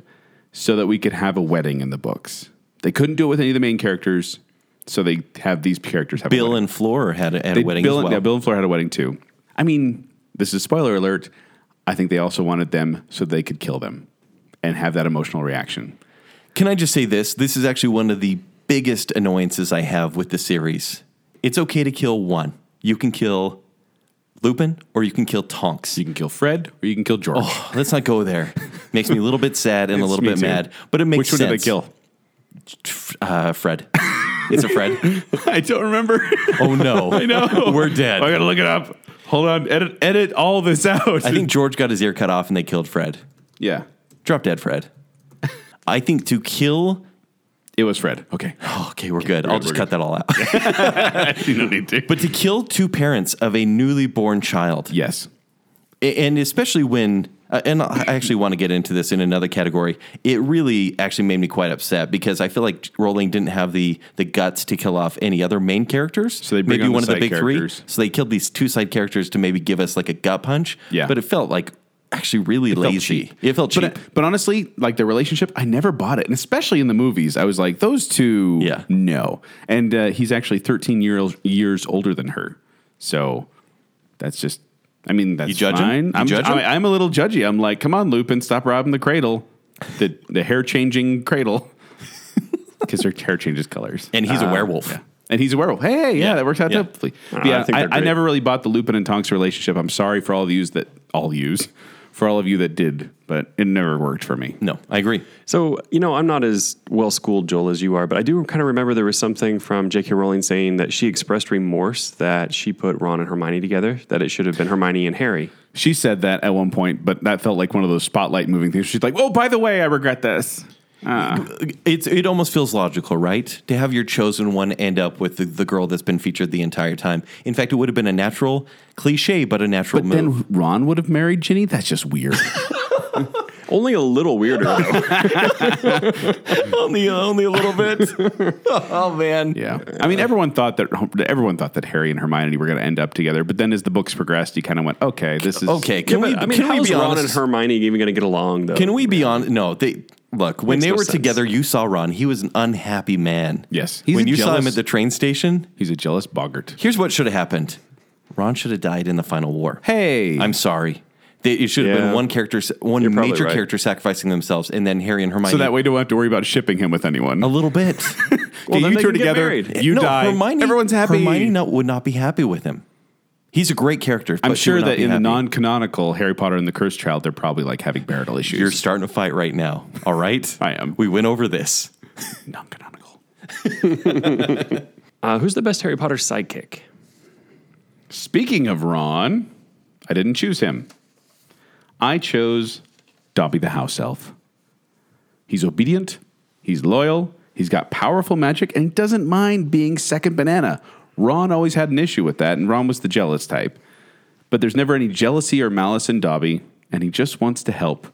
so that we could have a wedding in the books. They couldn't do it with any of the main characters, so they have these characters have a Bill wedding. and Flora had a, had a They- wedding Bill, as and- well. Yeah, Bill and Flora had a wedding too. I mean, this is spoiler alert. I think they also wanted them so they could kill them and have that emotional reaction. Can I just say this? This is actually one of the biggest annoyances I have with the series. It's okay to kill one. You can kill Lupin or you can kill Tonks. You can kill Fred or you can kill George. Let's not go there. Makes me a little bit sad and a It's little me bit too. mad, but it makes Which one sense. did they kill? Uh, Fred. It's a Fred. I don't remember. Oh no! I know. We're dead. I gotta look it up. Hold on. Edit edit all this out. I think George got his ear cut off and they killed Fred. yeah. Drop dead Fred. I think to kill. oh, It was Fred. Okay. Okay, we're good. I'll we're just good. cut that all out. you don't need to. But to kill two parents of a newly born child, yes. A- and especially when uh, and i actually want to get into this in another category it really actually made me quite upset because i feel like rowling didn't have the the guts to kill off any other main characters so they bring maybe on the one of the side big characters. three so they killed these two side characters to maybe give us like a gut punch Yeah. but it felt like actually really felt lazy cheap. it felt cheap But, but honestly, like the relationship, I never bought it, and especially in the movies, I was like, those two, Yeah. no. And uh, he's actually 13 years years older than her, so that's just. I mean, that's judge him? fine. You I'm, judge him? I, am a little judgy. I'm like, come on, Lupin, stop robbing the cradle, the the hair changing cradle, because her hair changes colors, and he's a werewolf Ah. yeah. And he's a werewolf. Hey, yeah, Yeah. that worked out Yeah. definitely. Uh, But yeah, I think I, they're I great. never really bought the Lupin and Tonks relationship. I'm sorry for all the yous that all yous for all of you that did, but it never worked for me. no i agree So, you know, I'm not as well schooled, Joel, as you are, but I do kind of remember there was something from J.K. Rowling saying that she expressed remorse that she put Ron and Hermione together, that it should have been Hermione and Harry. She said that at one point, but that felt like one of those spotlight moving things. She's like, "Oh, by the way, I regret this." it's it almost feels logical, right? To have your chosen one end up with the, the girl that's been featured the entire time. In fact, it would have been a natural cliche, but a natural But move. then Ron would have married Ginny. That's just weird. Only a little weirder, though. only only a little bit. oh man. yeah, I mean, everyone thought that everyone thought that Harry and Hermione were going to end up together. But then, as the books progressed, you kind of went, "Okay, this is Okay. Can we? I mean, can we how's be Ron honest? and Hermione even going to get along, though? Can we be on? No. They look when Makes they no were sense. together. You saw Ron. He was an unhappy man. Yes. He's when a you saw him jealous- at the train station, He's a jealous boggart. here's what should have happened. Ron should have died in the final war. Hey, I'm sorry. They, it should have Yeah. been one character, sa- one probably major right. character sacrificing themselves, and then Harry and Hermione. so that way you don't have to worry about shipping him with anyone. a little bit. Okay, then you they two are can get together. married. You No, die. Hermione, Everyone's happy. Hermione not, would not be happy with him. He's a great character. I'm but she would sure not that be in the happy. non-canonical Harry Potter and the Cursed Child, they're probably like having marital issues. You're starting a fight right now. All right? I am. We went over this. non-canonical. Uh, who's the best Harry Potter sidekick? Speaking of Ron, I didn't choose him. I chose Dobby the house elf. He's obedient, he's loyal, he's got powerful magic, and he doesn't mind being second banana. Ron always had an issue with that, and Ron was the jealous type. But there's never any jealousy or malice in Dobby, and he just wants to help.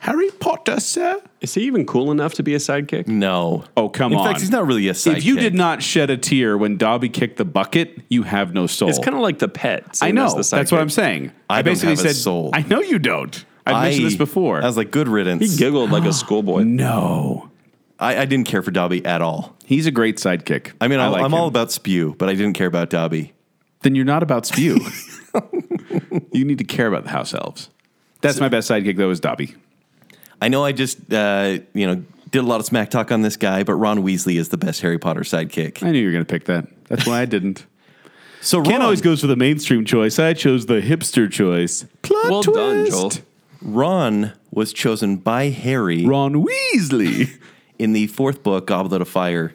Harry Potter, sir? Is he even cool enough to be a sidekick? No. Oh, come in on. In fact, he's not really a sidekick. If you did not shed a tear when Dobby kicked the bucket, you have no soul. It's kind of like the pet. I same as know. the That's what sidekick. I'm saying. I don't have a soul. I know you don't. I've mentioned this before. I was like, good riddance. He giggled like a schoolboy. no. I, I didn't care for Dobby at all. He's a great sidekick. I mean, I am him. all about Spew, but I didn't care about Dobby. Then you're not about Spew. you need to care about the house elves. That's my best sidekick, though, is Dobby. I know I just, uh, you know, did a lot of smack talk on this guy, but Ron Weasley is the best Harry Potter sidekick. I knew you were going to pick that. That's why I didn't. So Ron, Ken always goes for the mainstream choice. I chose the hipster choice. Plot Well done, twist. Joel. Ron was chosen by Harry Ron Weasley. in the fourth book, Goblet of Fire,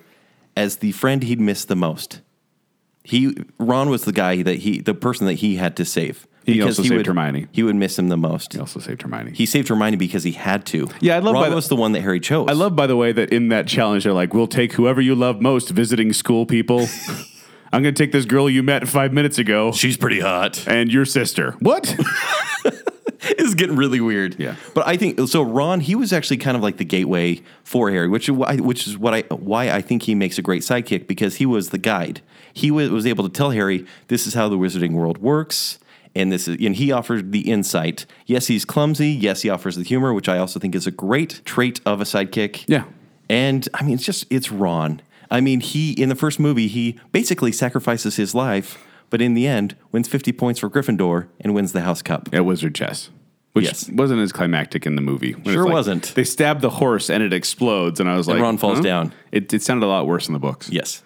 as the friend he'd missed the most. He Ron was the guy that he, the person that he had to save. He also saved would, Hermione. He would miss him the most. he also saved Hermione. He saved Hermione because he had to. Yeah, I love by Ron the- was the one that Harry chose. I love, by the way, that in that challenge, they're like, we'll take whoever you love most visiting school people. I'm going to take this girl you met five minutes ago She's pretty hot. and your sister. What? It's getting really weird. Yeah. but I think so. Ron, he was actually kind of like the gateway for Harry, which is why, which is what I why I think he makes a great sidekick because he was the guide. He was, was able to tell Harry this is how the wizarding world works, and this is and he offered the insight. Yes, he's clumsy. Yes, he offers the humor, which I also think is a great trait of a sidekick. Yeah. and I mean it's just it's Ron. I mean he in the first movie he basically sacrifices his life. But in the end, wins 50 points for Gryffindor and wins the House Cup. At Wizard Chess. Which Yes. wasn't as climactic in the movie. When it's Sure wasn't. They stabbed the horse and it explodes, and I was like, Ron falls huh? down. It, it sounded a lot worse in the books. Yes.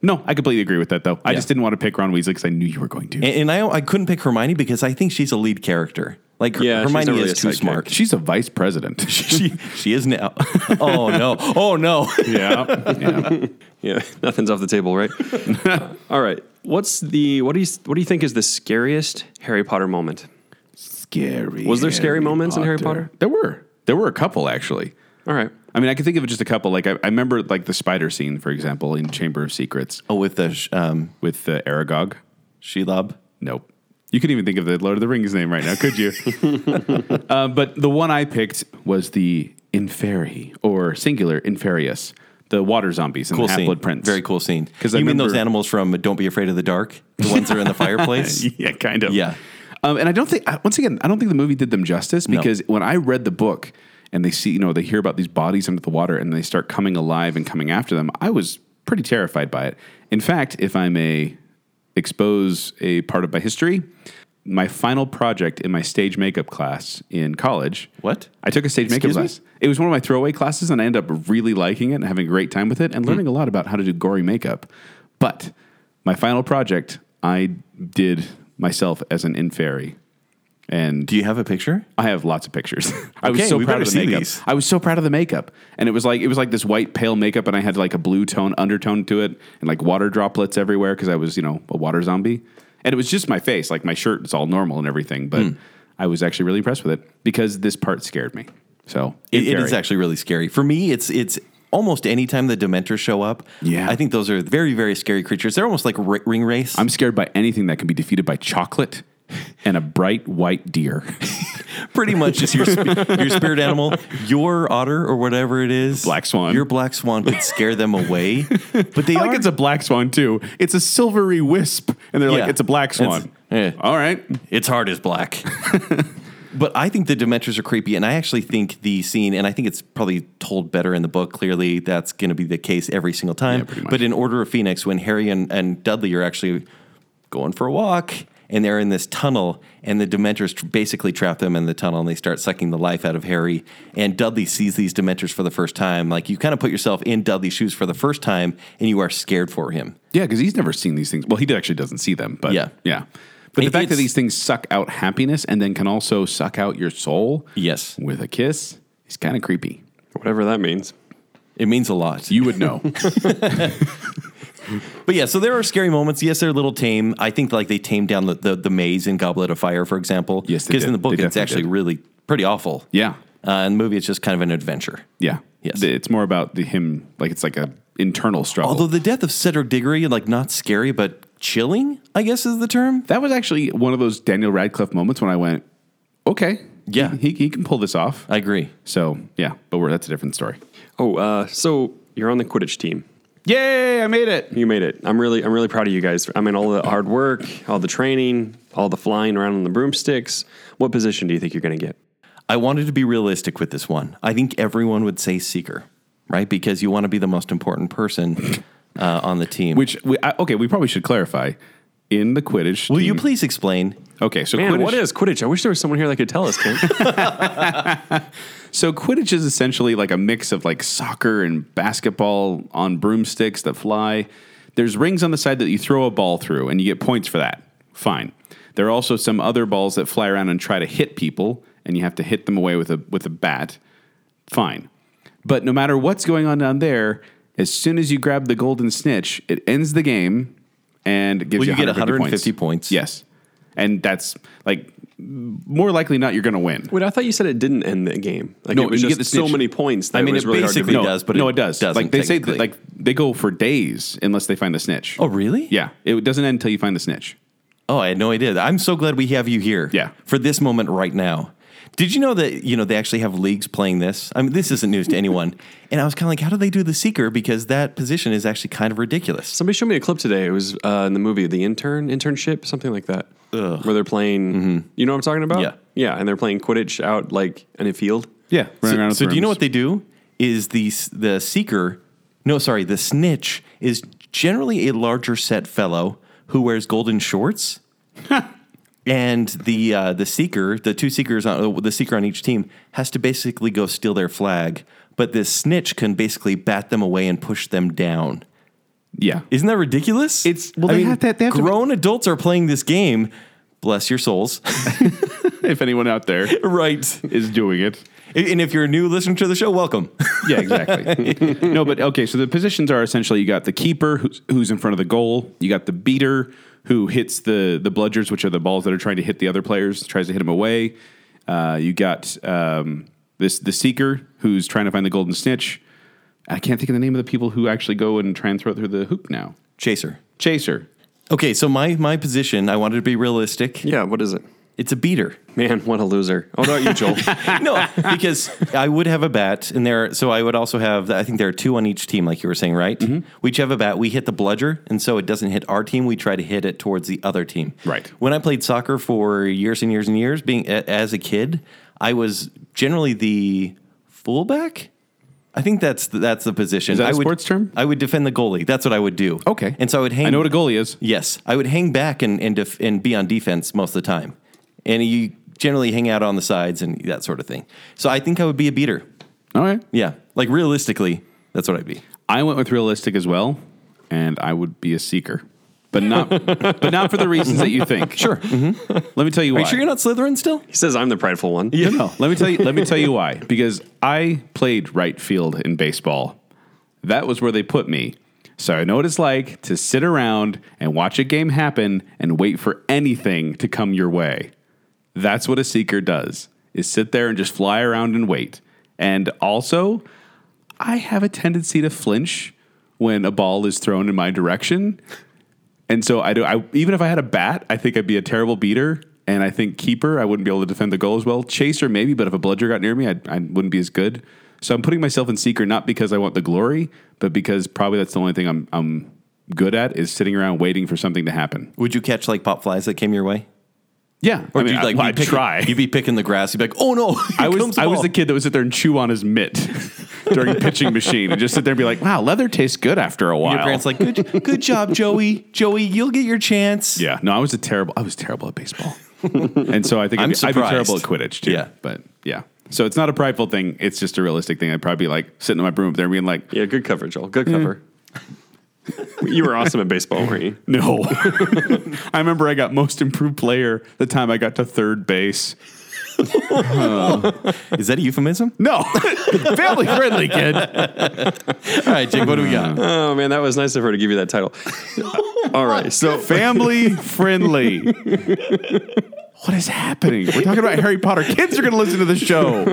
No, I completely agree with that, though. I Yeah. just didn't want to pick Ron Weasley because I knew you were going to. And, and I, I couldn't pick Hermione because I think she's a lead character. Like her- Yeah, she's Hermione not really is a too sidekick. smart. She's a vice president. She she is now. Oh no! Oh no! yeah. yeah. Yeah, nothing's off the table, right? All right. What's the what do you what do you think is the scariest Harry Potter moment? Scary. Was there scary moments in Harry Potter? There were. There were a couple, actually. All right. I mean, I can think of just a couple. Like I, I remember, like the spider scene, for example, in Chamber of Secrets Oh, with the sh- um, with uh, Aragog. Shelob. Nope. You couldn't even think of the Lord of the Rings name right now, could you? uh, but the one I picked was the Inferi or singular Inferius, the water zombies in Cool the scene. Half-Blood Prince. Very cool scene. 'Cause you I mean those remember- animals from Don't Be Afraid of the Dark, the ones that are in the fireplace? yeah, kind of. Yeah. Um, and I don't think I- once again I don't think the movie did them justice because when I read the book and they see you know they hear about these bodies under the water and they start coming alive and coming after them, I was pretty terrified by it. In fact, if I may expose a part of my history, my final project in my stage makeup class in college. What? I took a stage Excuse makeup me? class. It was one of my throwaway classes, and I ended up really liking it and having a great time with it Hmm. and learning a lot about how to do gory makeup. But my final project, I did myself as an inferi. And Do you have a picture? I have lots of pictures. I Okay, was so we proud better of the see makeup. these. I was so proud of the makeup, and it was like it was like this white pale makeup, and I had like a blue tone undertone to it, and like water droplets everywhere because I was you know a water zombie, and it was just my face, like my shirt is all normal and everything, but Hmm. I was actually really impressed with it because this part scared me. So It, it very- is actually really scary. For me, it's it's almost any time the Dementors show up. Yeah. I think those are very very scary creatures. They're almost like ri- ring race. I'm scared by anything that can be defeated by chocolate and a bright white deer, pretty much is your sp- your spirit animal, your otter or whatever it is. Black swan. Your black swan could scare them away, but they I are. think it's a black swan too. It's a silvery wisp, and they're Yeah. like it's a black It's- swan. yeah. All right, its heart is black. but I think the Dementors are creepy, and I actually think the scene, and I think it's probably told better in the book. Clearly, that's going to be the case every single time. pretty much. But in Order of Phoenix, when Harry and, and Dudley are actually going for a walk. And they're in this tunnel, and the Dementors tr- basically trap them in the tunnel, and they start sucking the life out of Harry. And Dudley sees these Dementors for the first time. Like you kind of put yourself in Dudley's shoes for the first time, and you are scared for him. Yeah, because he's never seen these things. Well, he actually doesn't see them, but Yeah. yeah. But the It- fact that it's- these things suck out happiness and then can also suck out your soul Yes, with a kiss is kind of creepy. whatever that means. it means a lot. You would know. But yeah, so there are scary moments. Yes, they're a little tame. I think like they tamed down the, the, the maze in Goblet of Fire, for example. Yes, they because in did. the book They it's definitely actually did. really pretty awful. yeah. uh, in the movie it's just kind of an adventure. Yeah. Yes. It's more about the him like it's like a internal struggle. Although the death of Cedric Diggory, like not scary but chilling, I guess is the term. That was actually one of those Daniel Radcliffe moments when I went, okay, Yeah. Uh, he, he can pull this off. I agree. so yeah, but we're, that's a different story. Oh, uh, so you're on the Quidditch team. Yay, I made it. You made it. I'm really, I'm really proud of you guys. I mean, all the hard work, all the training, all the flying around on the broomsticks. What position do you think you're going to get? I wanted to be realistic with this one. I think everyone would say seeker, right? Because you want to be the most important person uh, on the team. Which we, I, okay, we probably should clarify in the Quidditch. Will you team- please explain? Okay, so Man, Quidditch, what is Quidditch? I wish there was someone here that could tell us. Ken. so Quidditch is essentially like a mix of like soccer and basketball on broomsticks that fly. There's rings on the side that you throw a ball through, and you get points for that. Fine. There are also some other balls that fly around and try to hit people, and you have to hit them away with a with a bat. fine. But no matter what's going on down there, as soon as you grab the golden snitch, it ends the game and Well, gives you, you get 150 150 points. points. Yes. And that's like more likely not you're going to win. Wait, I thought you said it didn't end the game. Like No, it was you just get the so snitch- many points. That I mean, it was it really basically hard to beat. does, but no, it it does. doesn't Like they say that technically. like they go for days unless they find the snitch. Oh, really? Yeah, it doesn't end until you find the snitch. Oh, I had no idea. I'm so glad we have you here. Yeah. For this moment right now. Did you know that, you know, they actually have leagues playing this? I mean, this isn't news to anyone. And I was kind of like, how do they do the seeker? Because that position is actually kind of ridiculous. Somebody showed me a clip today. It was uh, in the movie The Intern, internship, something like that, where they're playing. You know what I'm talking about? Yeah. yeah, and they're playing Quidditch out like in a field. Yeah, running So, around. so do you know what they do? Is the s- the seeker? No, sorry, the snitch is generally a larger set fellow who wears golden shorts, and the uh, the seeker, the two seekers on uh, the seeker on each team has to basically go steal their flag, but this snitch can basically bat them away and push them down. Yeah, Isn't that ridiculous? It's- well, they have to- they have to be- grown adults are playing this game. Bless your souls, if anyone out there right? is doing it. And if you're a new listener to the show, welcome. Yeah, exactly. no, but okay. So the positions are essentially you got the keeper who's, who's in front of the goal. You got the beater who hits the the bludgers, which are the balls that are trying to hit the other players, tries to hit them away. Uh, you got um, this the seeker who's trying to find the golden snitch. I can't think of the name of the people who actually go and try and throw it through the hoop now. Chaser. Chaser. Okay, so my my position, I wanted to be realistic. Yeah, what is it? It's a beater. Man, what a loser! Oh, about you, Joel? No, because I would have a bat, and there, so I would also have. I think there are two on each team, like you were saying, right? Mm-hmm. We each have a bat. We hit the bludger, and so it doesn't hit our team. We try to hit it towards the other team. Right. When I played soccer for years and years and years, being a, as a kid, I was generally the fullback. I think that's the, that's the position. Is that a I would, sports term? I would defend the goalie. That's what I would do. Okay. And so I would hang. I know what a goalie is. Yes, I would hang back and and, def- and be on defense most of the time, and you generally hang out on the sides and that sort of thing. So I think I would be a beater. All right. Yeah, like realistically, that's what I'd be. I went with realistic as well, and I would be a seeker, but not but not for the reasons that you think. Mm-hmm. Sure. Let me tell you Are why. you sure you're not Slytherin still? he says I'm the prideful one. No, no. Let me tell you. Let me tell you why. Because I played right field in baseball. That was where they put me. So I know what it's like to sit around and watch a game happen and wait for anything to come your way. That's what a seeker does: is sit there and just fly around and wait. And also, I have a tendency to flinch when a ball is thrown in my direction. And so I do. I even if I had a bat, I think I'd be a terrible beater, and I think keeper, I wouldn't be able to defend the goal as well. Chaser, maybe, but if a bludger got near me, I'd, I wouldn't be as good. So I'm putting myself in seeker not because I want the glory, but because probably that's the only thing I'm I'm good at is sitting around waiting for something to happen. Would you catch like pop flies that came your way? Yeah, Or I mean, do you like I, well, be I'd picking- try. You'd be picking the grass. You'd be like, oh no! I here was comes I was ball. the kid that would sit there and chew on his mitt during pitching machine and just sit there and be like, wow, leather tastes good after a while. Your parents like, good, good job, Joey. Joey, you'll get your chance. Yeah. No, I was a terrible. I was terrible at baseball, and so I think I'm I'd, be, I'd be surprised. terrible at Quidditch too. Yeah. but yeah. So it's not a prideful thing. It's just a realistic thing. I'd probably be like sitting in my broom up there, and being like, Yeah, good cover, Joel. Good cover. You were awesome at baseball, weren't you? No. I remember I got most improved player the time I got to third base. Is that a euphemism? No. Family friendly kid. All right, Jake, what do we got? Oh man, that was nice of her to give you that title. All right, so Family friendly. What is happening? We're talking about Harry Potter. Kids are going to listen to the show. all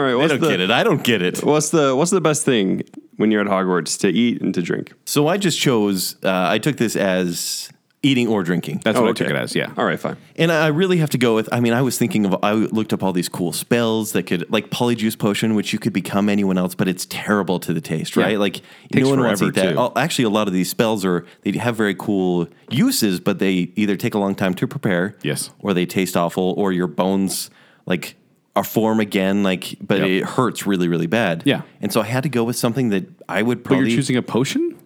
right, I what's don't get the it. I don't get it. what's the what's the best thing when you're at Hogwarts to eat and to drink? So I just chose, uh, I took this as eating or drinking. That's what okay. I took it as. Yeah. All right, fine. And I really have to go with. I mean, I was thinking of. I looked up all these cool spells that could, like polyjuice potion, which you could become anyone else, but it's terrible to the taste, right? Like Takes no one wants to eat that. forever, too. Oh, Actually, a lot of these spells are they have very cool uses, but they either take a long time to prepare, Yes. or they taste awful, or your bones like are form again, like but Yep. it hurts really, really bad. Yeah. And so I had to go with something that I would But Oh, you're probably. choosing a potion?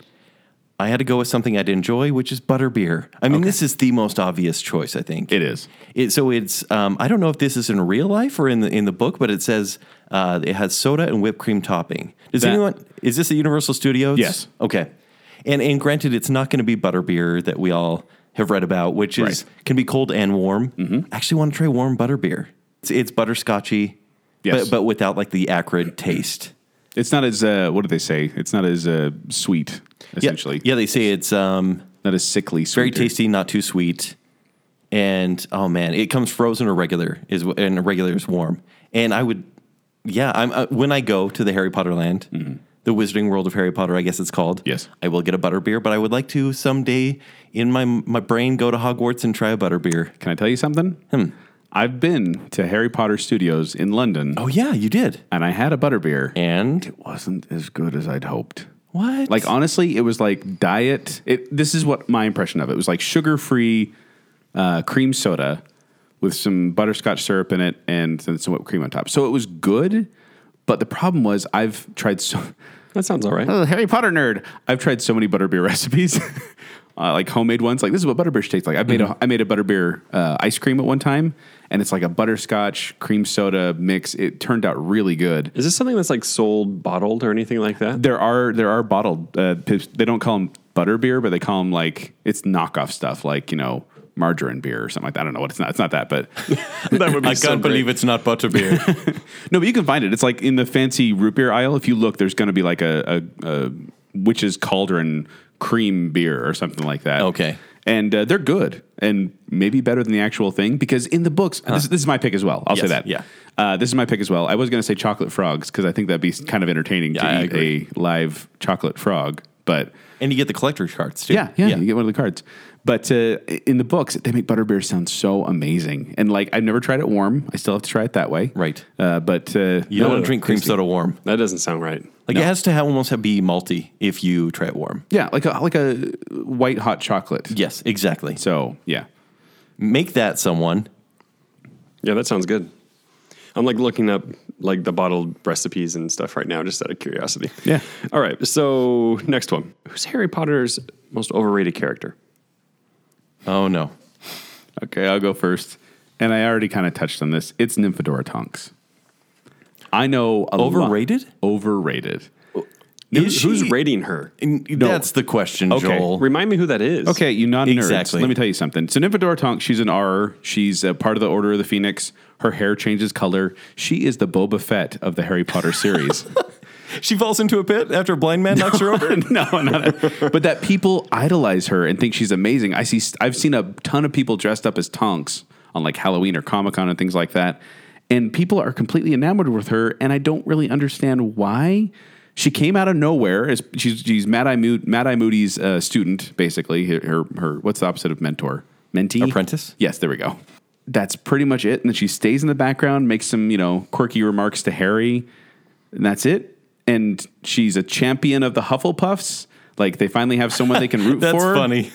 I had to go with something I'd enjoy, which is butterbeer. I mean, this is the most obvious choice, I think. It is. It, so it's um, I don't know if this is in real life or in the in the book, but it says uh, it has soda and whipped cream topping. Does That- anyone is this a Universal Studios? Yes. Okay. And and granted, it's not going to be butterbeer that we all have read about, which is Right. Mm-hmm. can be cold and warm. I actually want to try warm butterbeer. It's, it's butterscotchy, Yes. but but without like the acrid taste. It's not as, uh, what do they say? It's not as uh, sweet, essentially. yeah, yeah they say it's um, Not as sickly sweet. very tasty, not too sweet. And oh man, it comes frozen or regular is and regular is warm. And I would, yeah, I'm uh, when I go to the Harry Potter land, the Wizarding World of Harry Potter, I guess it's called. Yes. I will get a butterbeer, but I would like to someday in my my brain go to Hogwarts and try a butterbeer. Can I tell you something? Hmm. I've been to Harry Potter Studios in London Oh yeah, you did. and I had a butterbeer. And it wasn't as good as I'd hoped. what? Like honestly, it was like diet. It, this is what my impression of it was like sugar-free uh, cream soda with some butterscotch syrup in it and then some whipped cream on top. So it was good, but the problem was I've tried so That sounds all right. Oh, Harry Potter nerd. I've tried so many butterbeer recipes, uh, like homemade ones. Like this is what butterbeer should taste like. I made a I made a butterbeer uh, ice cream at one time, and it's like a butterscotch cream soda mix. It turned out really good. Is this something that's like sold bottled or anything like that? There are there are bottled. Uh, pips- they don't call them butter beer, but they call them like it's knockoff stuff, like you know margarine beer or something like that. I don't know what it's not. It's not that, but That would I can't believe it's not butterbeer. no, but you can find it. It's like in the fancy root beer aisle. If you look, there's going to be like a, a, a witch's cauldron cream beer or something like that. Okay. And uh, they're good and maybe better than the actual thing because in the books, and this, this is my pick as well. I'll say Uh-huh. Yes, that. yeah. Uh, this is my pick as well. I was going to say chocolate frogs because I think that'd be kind of entertaining to Yeah, I eat a live chocolate frog. But and you get the collector's cards too. yeah, yeah, You get one of the cards. But uh, in the books, they make butterbeer sound so amazing. And like, I've never tried it warm. I still have to try it that way. Right. Uh, but uh, You don't want to drink cream soda warm. That doesn't sound right. Like it has to have, almost have, be malty if you try it warm. Yeah, like a, like a white hot chocolate. Yes, exactly. So yeah, Make that someone Yeah, that sounds good. I'm like looking up like the bottled recipes and stuff right now, just out of curiosity. Yeah. All right. So next one. Who's Harry Potter's most overrated character? Oh no. okay, I'll go first. And I already kind of touched on this. It's Nymphadora Tonks. I know a lot- Overrated? overrated. Is Who's she- rating her? N- That's the question, Okay. Joel. Remind me who that is. Okay, you non nerds. Exactly. Let me tell you something. So Nymphadora Tonks, she's an R. She's a part of the Order of the Phoenix. Her hair changes color. She is the Boba Fett of the Harry Potter series. she falls into a pit after a blind man knocks her over. no, not that. but that people idolize her and think she's amazing. I see. I've seen a ton of people dressed up as Tonks on like Halloween or Comic Con and things like that, and people are completely enamored with her. And I don't really understand why. She came out of nowhere. As she's she's Mad Eye, Mood, Mad Eye Moody's uh, student, basically. Her, her her what's the opposite of mentor? Mentee, Apprentice? Yes, there we go. That's pretty much it. And then she stays in the background, makes some you know quirky remarks to Harry and that's it. And she's a champion of the Hufflepuffs. Like they finally have someone they can root That's for. funny.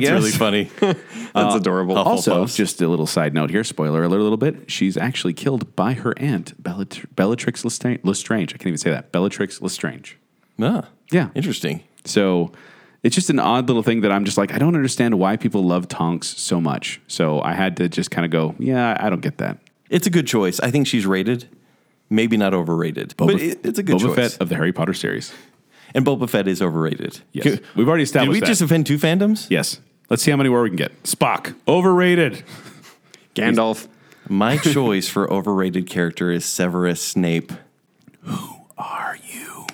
That's guess. really funny. Uh, That's adorable. Also, Hufflepuffs. just a little side note here. Spoiler alert, a little bit. She's actually killed by her aunt, Bellat- Bellatrix Lestrange. Lestrange. I can't even say that. Bellatrix Lestrange. Ah, Yeah. Interesting. So it's just an odd little thing that I'm just like, I don't understand why people love Tonks so much. So I had to just kind of go, yeah, I don't get that. It's a good choice. I think she's rated. Maybe not overrated, but it, it's a good choice. Boba Fett of the Harry Potter series. And Boba Fett is overrated. Yes. We've already Did established we that. just offend two fandoms? yes. Let's see how many more we can get. Spock, overrated. Gandalf. My choice for overrated character is Severus Snape. Are you?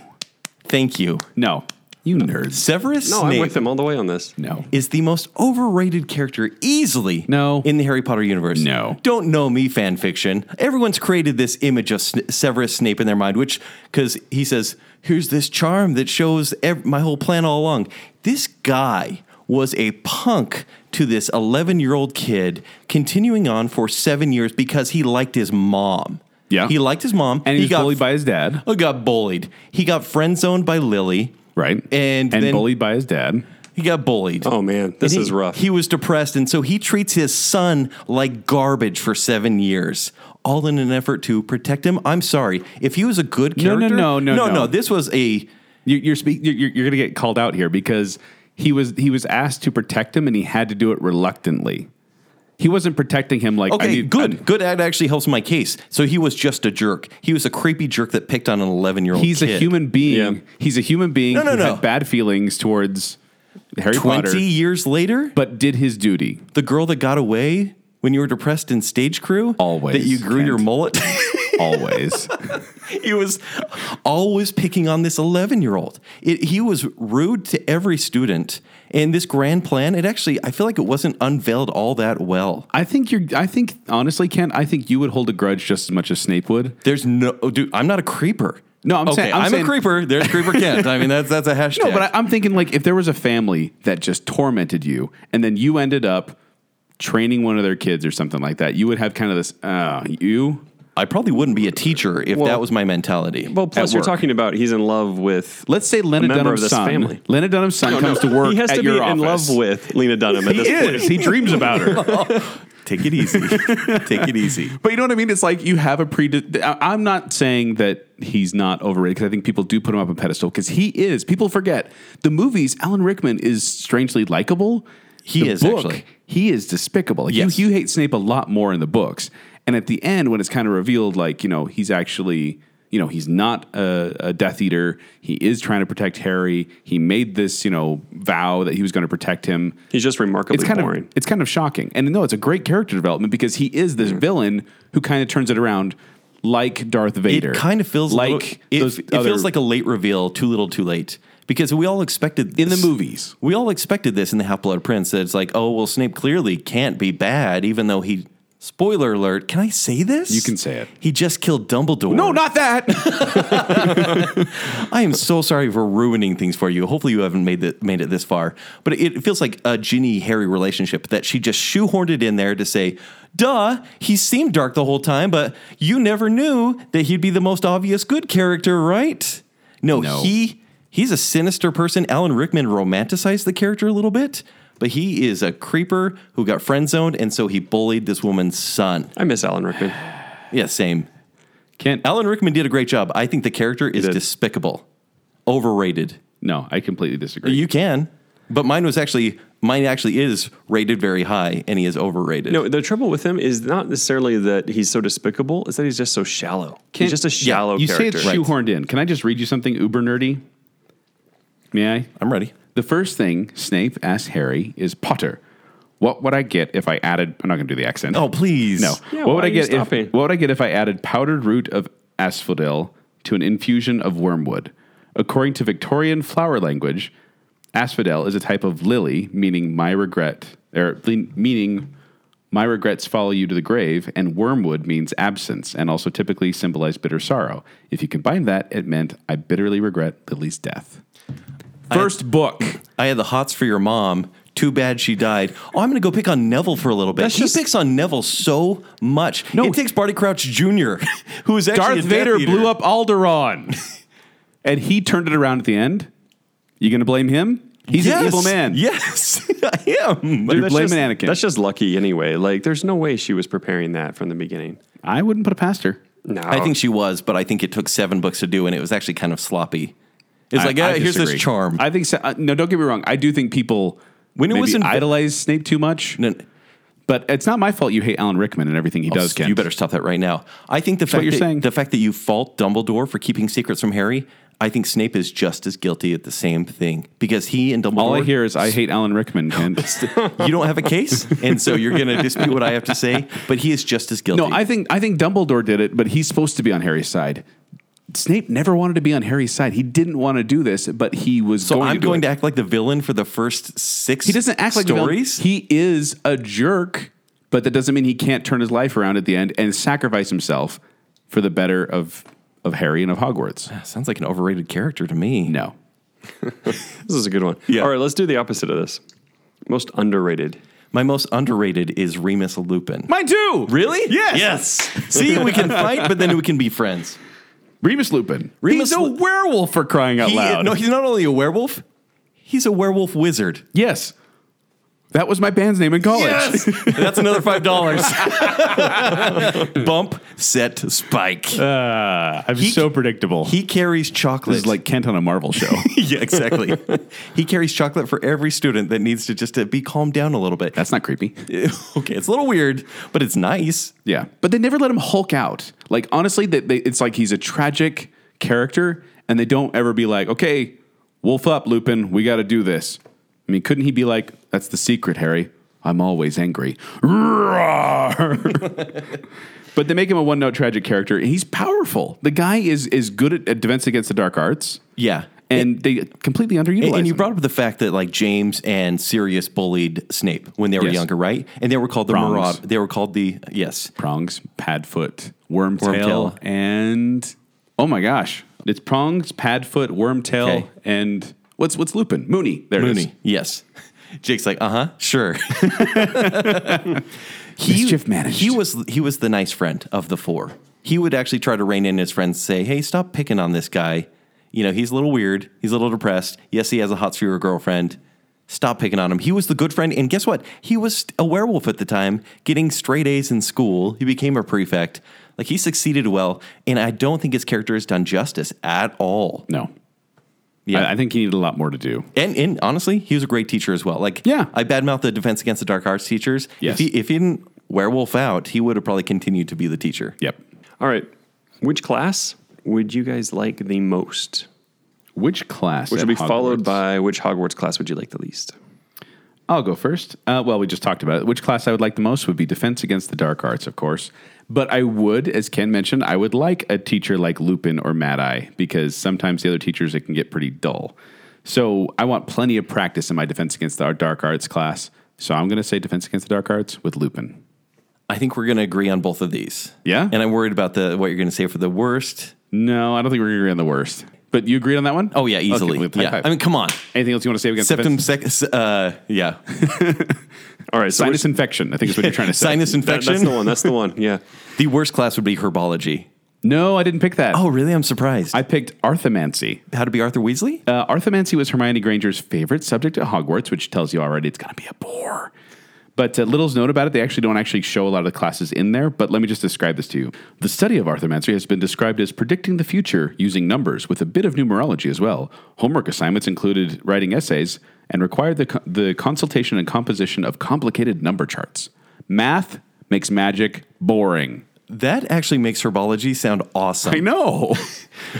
Thank you. No. You nerds. Severus No, Snape I'm with him all the way on this. No. is the most overrated character easily No. in the Harry Potter universe. No. Don't know me fan fiction. Everyone's created this image of Sn- Severus Snape in their mind, which, because he says, here's this charm that shows ev- my whole plan all along. This guy was a punk to this 11 year old kid, continuing on for seven years because he liked his mom. Yeah. He liked his mom. And he, was bullied by his dad, Oh, got bullied. He got friend zoned by Lily. right? And then- bullied by his dad. He got bullied. Oh, man. This And he- is rough. He was depressed, and so he treats his son like garbage for seven years, all in an effort to protect him. I'm sorry. If he was a good No, no, character, no, no, no, no. This was a You, you're speak. You're, you're going to get called out here because he was he was asked to protect him, and he had to do it reluctantly. He wasn't protecting him like I okay, need- good, I- good. That actually helps my case. So he was just a jerk. He was a creepy jerk that picked on an 11 year old. he's a human being. Yeah. He's a human being. No, no, who no. Had bad feelings towards Harry Twenty Potter, years later, but did his duty. the girl that got away when you were depressed in stage crew, Always, that you grew your Kent. mullet. always. he was always picking on this 11 year old It he was rude to every student and this grand plan it actually i feel like it wasn't unveiled all that well I think you're. I think honestly, Kent. I think you would hold a grudge just as much as Snape would. there's no oh, dude i'm not a creeper No, I'm okay, saying- I'm I'm, saying- a creeper there's creeper kent i mean that's that's a hashtag No, but I, I'm thinking like if there was a family that just tormented you, and then you ended up training one of their kids or something like that, you would have kind of this. Uh, you. I probably wouldn't be a teacher if Well- that was my mentality Well, oh, plus, At you're work. talking about he's in love with. Let's say A Lena member of Dunham's this son. family. Lena Dunham's son comes to work. He has at to be your in office. love with Lena Dunham at He this point. is. He dreams about her. take it easy take it easy But you know what I mean? It's like you have a pre. I- I'm not saying that he's not overrated because I think people do put him up on a pedestal because he is. People forget the movies. Alan Rickman is strangely likable. He The is, actually. He is despicable. Like, you- Yes. you, hate Snape a lot more in the books, and at the end when it's kind of revealed, like you know, he's actually. You know he's not a, a Death Eater. He is trying to protect Harry. He made this, you know, vow that he was going to protect him He's just remarkably it's kind boring. of it's kind of shocking. And no, it's a great character development because he is this villain who kind of turns it around, like Darth Vader. It kind of feels like like it, those it other- feels like a late reveal, too little, too late. Because we all expected In the this- movies. we all expected this in the Half Blood Prince. That it's like, oh well, Snape clearly can't be bad, even though he. Spoiler alert! Can I say this? You can say it. He just killed Dumbledore. no, not that. I am so sorry for ruining things for you. Hopefully, you haven't made it made it this far. But it feels like a Ginny Harry relationship that she just shoehorned it in there to say, "Duh, he seemed dark the whole time, but you never knew that he'd be the most obvious good character, right?" No, No. he he's a sinister person. Alan Rickman romanticized the character a little bit, but he is a creeper who got friend zoned, and so he bullied this woman's son. I miss Alan Rickman. Yeah, same. Can't. Alan Rickman did a great job. I think the character is did. despicable, overrated. No, I completely disagree. You can, but mine was actually mine actually is rated very high, and he is overrated. No, the trouble with him is not necessarily that he's so despicable; it's that he's just so shallow. Can't- he's just a shallow you character. say it's shoehorned in. Can I just read you something uber nerdy? May I? I'm ready. The first thing Snape asks Harry is Potter. What would I get if I added? I'm not going to do the accent. Oh please, No. Yeah, what why would I are you get if stopping? what would I get if I added powdered root of asphodel to an infusion of wormwood? According to Victorian flower language, asphodel is a type of lily meaning my regret or le- meaning my regrets follow you to the grave and wormwood means absence and also typically symbolize bitter sorrow. If you combine that, it meant I bitterly regret Lily's death. First book. I had the hots for your mom. Too bad she died. Oh, I'm going to go pick on Neville for a little bit. That's he just- picks on Neville so much. No. it takes Barty Crouch Jr., who is actually Darth a Death Vader Eater. blew up Alderaan, and he turned it around at the end. You gonna blame him? He's Yes, an evil man. Yes, I am. You're That's blaming just, Anakin. That's just lucky, anyway. Like, there's no way she was preparing that from the beginning. I wouldn't put it past her. No, I think she was, but I think it took seven books to do, and it was actually kind of sloppy. It's I- like, I "Ah, here's this disagree. charm. I think so. uh, no. Don't get me wrong. I do think people when it it was was in- idolize Snape too much. No, Oh, no. But it's not my fault. You hate Alan Rickman and everything he does. Kent. You better stop that right now. I think the fact what you're that, saying. the fact that you fault Dumbledore for keeping secrets from Harry, I think Snape is just as guilty at the same thing because he and Dumbledore. All I hear is I hate Alan Rickman. Ken. you don't have a case, and so you're going to dispute what I have to say. But he is just as guilty. no, I think I think Dumbledore did it, but he's supposed to be on Harry's side. Snape never wanted to be on Harry's side. He didn't want to do this, but he was. so going I'm to do going it. to act like the villain for the first six. He doesn't act like the villain. stories. He is a jerk, but that doesn't mean he can't turn his life around at the end and sacrifice himself for the better of of Harry and of Hogwarts. Sounds like an overrated character to me. No, This is a good one. Yeah. All right, let's do the opposite of this. Most underrated. My most underrated is Remus Lupin. mine too. really? Yes. Yes. See, we can fight, but then we can be friends. Remus Lupin. Remus he's a Lu- werewolf for crying out He- loud. no, he's not only a werewolf. He's a werewolf wizard. yes, that was my band's name in college. That's another five dollars. Bump, set, spike. Uh, I'm He- so predictable. He carries this chocolate. is like Kent on a Marvel show. yeah, exactly. he carries chocolate for every student that needs to just to be calmed down a little bit. That's not creepy. okay, it's a little weird, but it's nice. Yeah, but they never let him Hulk out. Like honestly, that they, it's like he's a tragic character, and they don't ever be like, "Okay, wolf up, Lupin. We got to do this." I mean, couldn't he be like, "That's the secret, Harry. I'm always angry." Roar. but they make him a one-note tragic character, and he's powerful. The guy is is good at, at defense against the dark arts. Yeah. and they completely underutilize. And, and you him. brought up the fact that like James and Sirius bullied Snape when they were Yes. younger, right? And they were called the Prongs. Maraud. They were called the yes. prongs, padfoot, wormtail, Wormtail. and oh my gosh, it's prongs, padfoot, wormtail, Okay. and what's what's Lupin? Mooney. There it is. Mooney. Yes. Jake's like, uh huh, sure. he, Mischief managed. He was he was the nice friend of the four. He would actually try to rein in his friends, and say, "Hey, stop picking on this guy. You know, he's a little weird. He's a little depressed. Yes, he has a hot streaker girlfriend. Stop picking on him." He was the good friend, and guess what? He was a werewolf at the time, getting straight A's in school. He became a prefect. Like he succeeded well, and I don't think his character is done justice at all. No. Yeah. I, I think he needed a lot more to do. And, and honestly, he was a great teacher as well. Like, Yeah. I badmouth the Defense Against the Dark Arts teachers. Yes. If he, if he didn't werewolf out, he would have probably continued to be the teacher. Yep. All right. Which class would you guys like the most? Which class? Which at would be Hogwarts? followed by which Hogwarts class would you like the least? I'll go first. Uh, well, we just talked about it. Which class I would like the most would be Defense Against the Dark Arts, of course. But I would, as Ken mentioned, I would like a teacher like Lupin or Mad Eye because sometimes the other teachers it can get pretty dull. So I want plenty of practice in my Defense Against the Dark Arts class. So I'm going to say Defense Against the Dark Arts with Lupin. I think we're going to agree on both of these. Yeah? And I'm worried about the what you're going to say for the worst. No, I don't think we're going to agree on the worst. But you agreed on that one? Oh yeah, easily. with high yeah. five. I mean, come on. Anything else you want to say against Septum defense- sec. Uh, yeah. All right. So sinus which- infection? I think is what you're trying to say. Sinus that- infection. that's the one. That's the one. Yeah. The worst class would be herbology. No, I didn't pick that. Oh, really? I'm surprised. I picked arthomancy. How to be Arthur Weasley? Uh, Arthomancy was Hermione Granger's favorite subject at Hogwarts, which tells you already it's going to be a bore. But uh, little's known about it. They actually don't actually show a lot of the classes in there. But let me just describe this to you. The study of arthomancy has been described as predicting the future using numbers, with a bit of numerology as well. Homework assignments included writing essays and required the co- the consultation and composition of complicated number charts. Math makes magic boring. That actually makes herbology sound awesome. I know.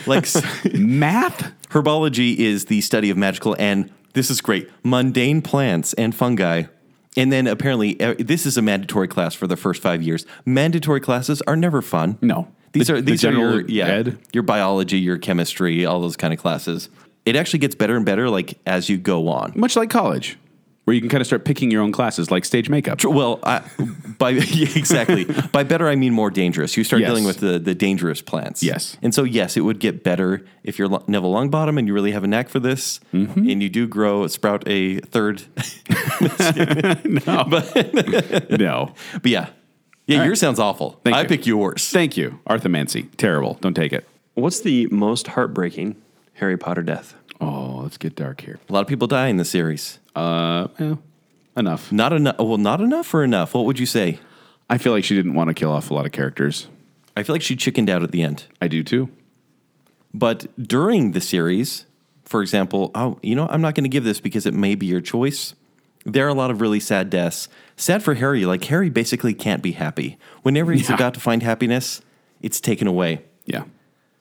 Like s- Math Herbology is the study of magical and this is great mundane plants and fungi. And then apparently, eh, this is a mandatory class for the first five years. Mandatory classes are never fun. No. these The- are the these are your general yeah ed? your biology, your chemistry, all those kind of classes. It actually gets better and better like as you go on. much like college, where you can kind of start picking your own classes, like stage makeup. Well, I, by yeah, exactly by better I mean more dangerous. You start Yes. dealing with the the dangerous plants. Yes. and so yes, it would get better if you're lo- Neville Longbottom and you really have a knack for this, Mm-hmm. and you do grow sprout a third. no. but yeah, yeah, yours sounds awful. Thank I you. pick yours. Thank you, Arthomancy. Terrible. Don't take it. What's the most heartbreaking Harry Potter death? Oh, let's get dark here. a lot of people die in the series. Uh, eh, enough. Not enough. Well, not enough or enough. What would you say? I feel like she didn't want to kill off a lot of characters. I feel like she chickened out at the end. I do too. But during the series, for example, oh, you know, I'm not going to give this because it may be your choice. There are a lot of really sad deaths. Sad for Harry. Like, Harry basically can't be happy. Whenever he's Yeah. about to find happiness, it's taken away. Yeah.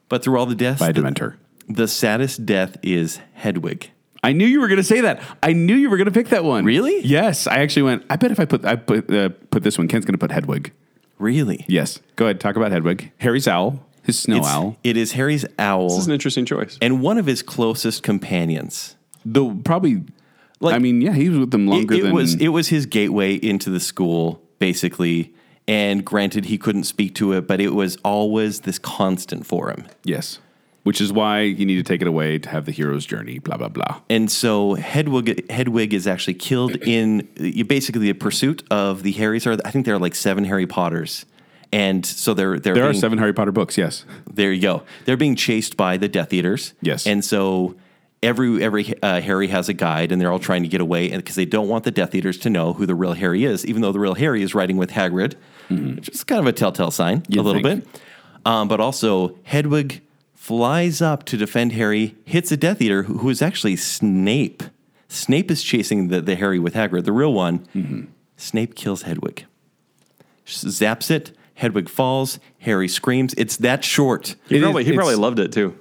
But through all the deaths, By a the, Dementor. The saddest death is Hedwig. I knew you were going to say that. I knew you were going to pick that one. Really? Yes. I actually went. I bet if I put I put uh, put this one, Ken's going to put Hedwig. Really? Yes. Go ahead. Talk about Hedwig. Harry's owl. His snow It's- owl. It is Harry's owl This is an interesting choice. and one of his closest companions. The probably. Like- I mean, yeah, he was with them It, longer it than was it was his gateway into the school, basically. And granted, he couldn't speak to it, but it was always this constant for him. yes. Which is why you need to take it away to have the hero's journey. Blah blah blah. And so Hedwig Hedwig is actually killed in you- basically the pursuit of the Harrys. Are I think there are like seven Harry Potters, and so they're they're There are being- seven Harry Potter books. Yes. There you go. They're being chased by the Death Eaters. Yes. And so every every uh, Harry has a guide, and they're all trying to get away because they don't want the Death Eaters to know who the real Harry is, even though the real Harry is riding with Hagrid, which is kind of a telltale sign a little Mm-hmm. think? bit. Um, but also Hedwig flies up to defend Harry, hits a Death Eater who, who is actually Snape. Snape is chasing the, the Harry with Hagrid, the real one. Mm-hmm. Snape kills Hedwig zaps it. Hedwig falls. Harry screams. It's that short. He, It is- probably, he probably it's- loved it too.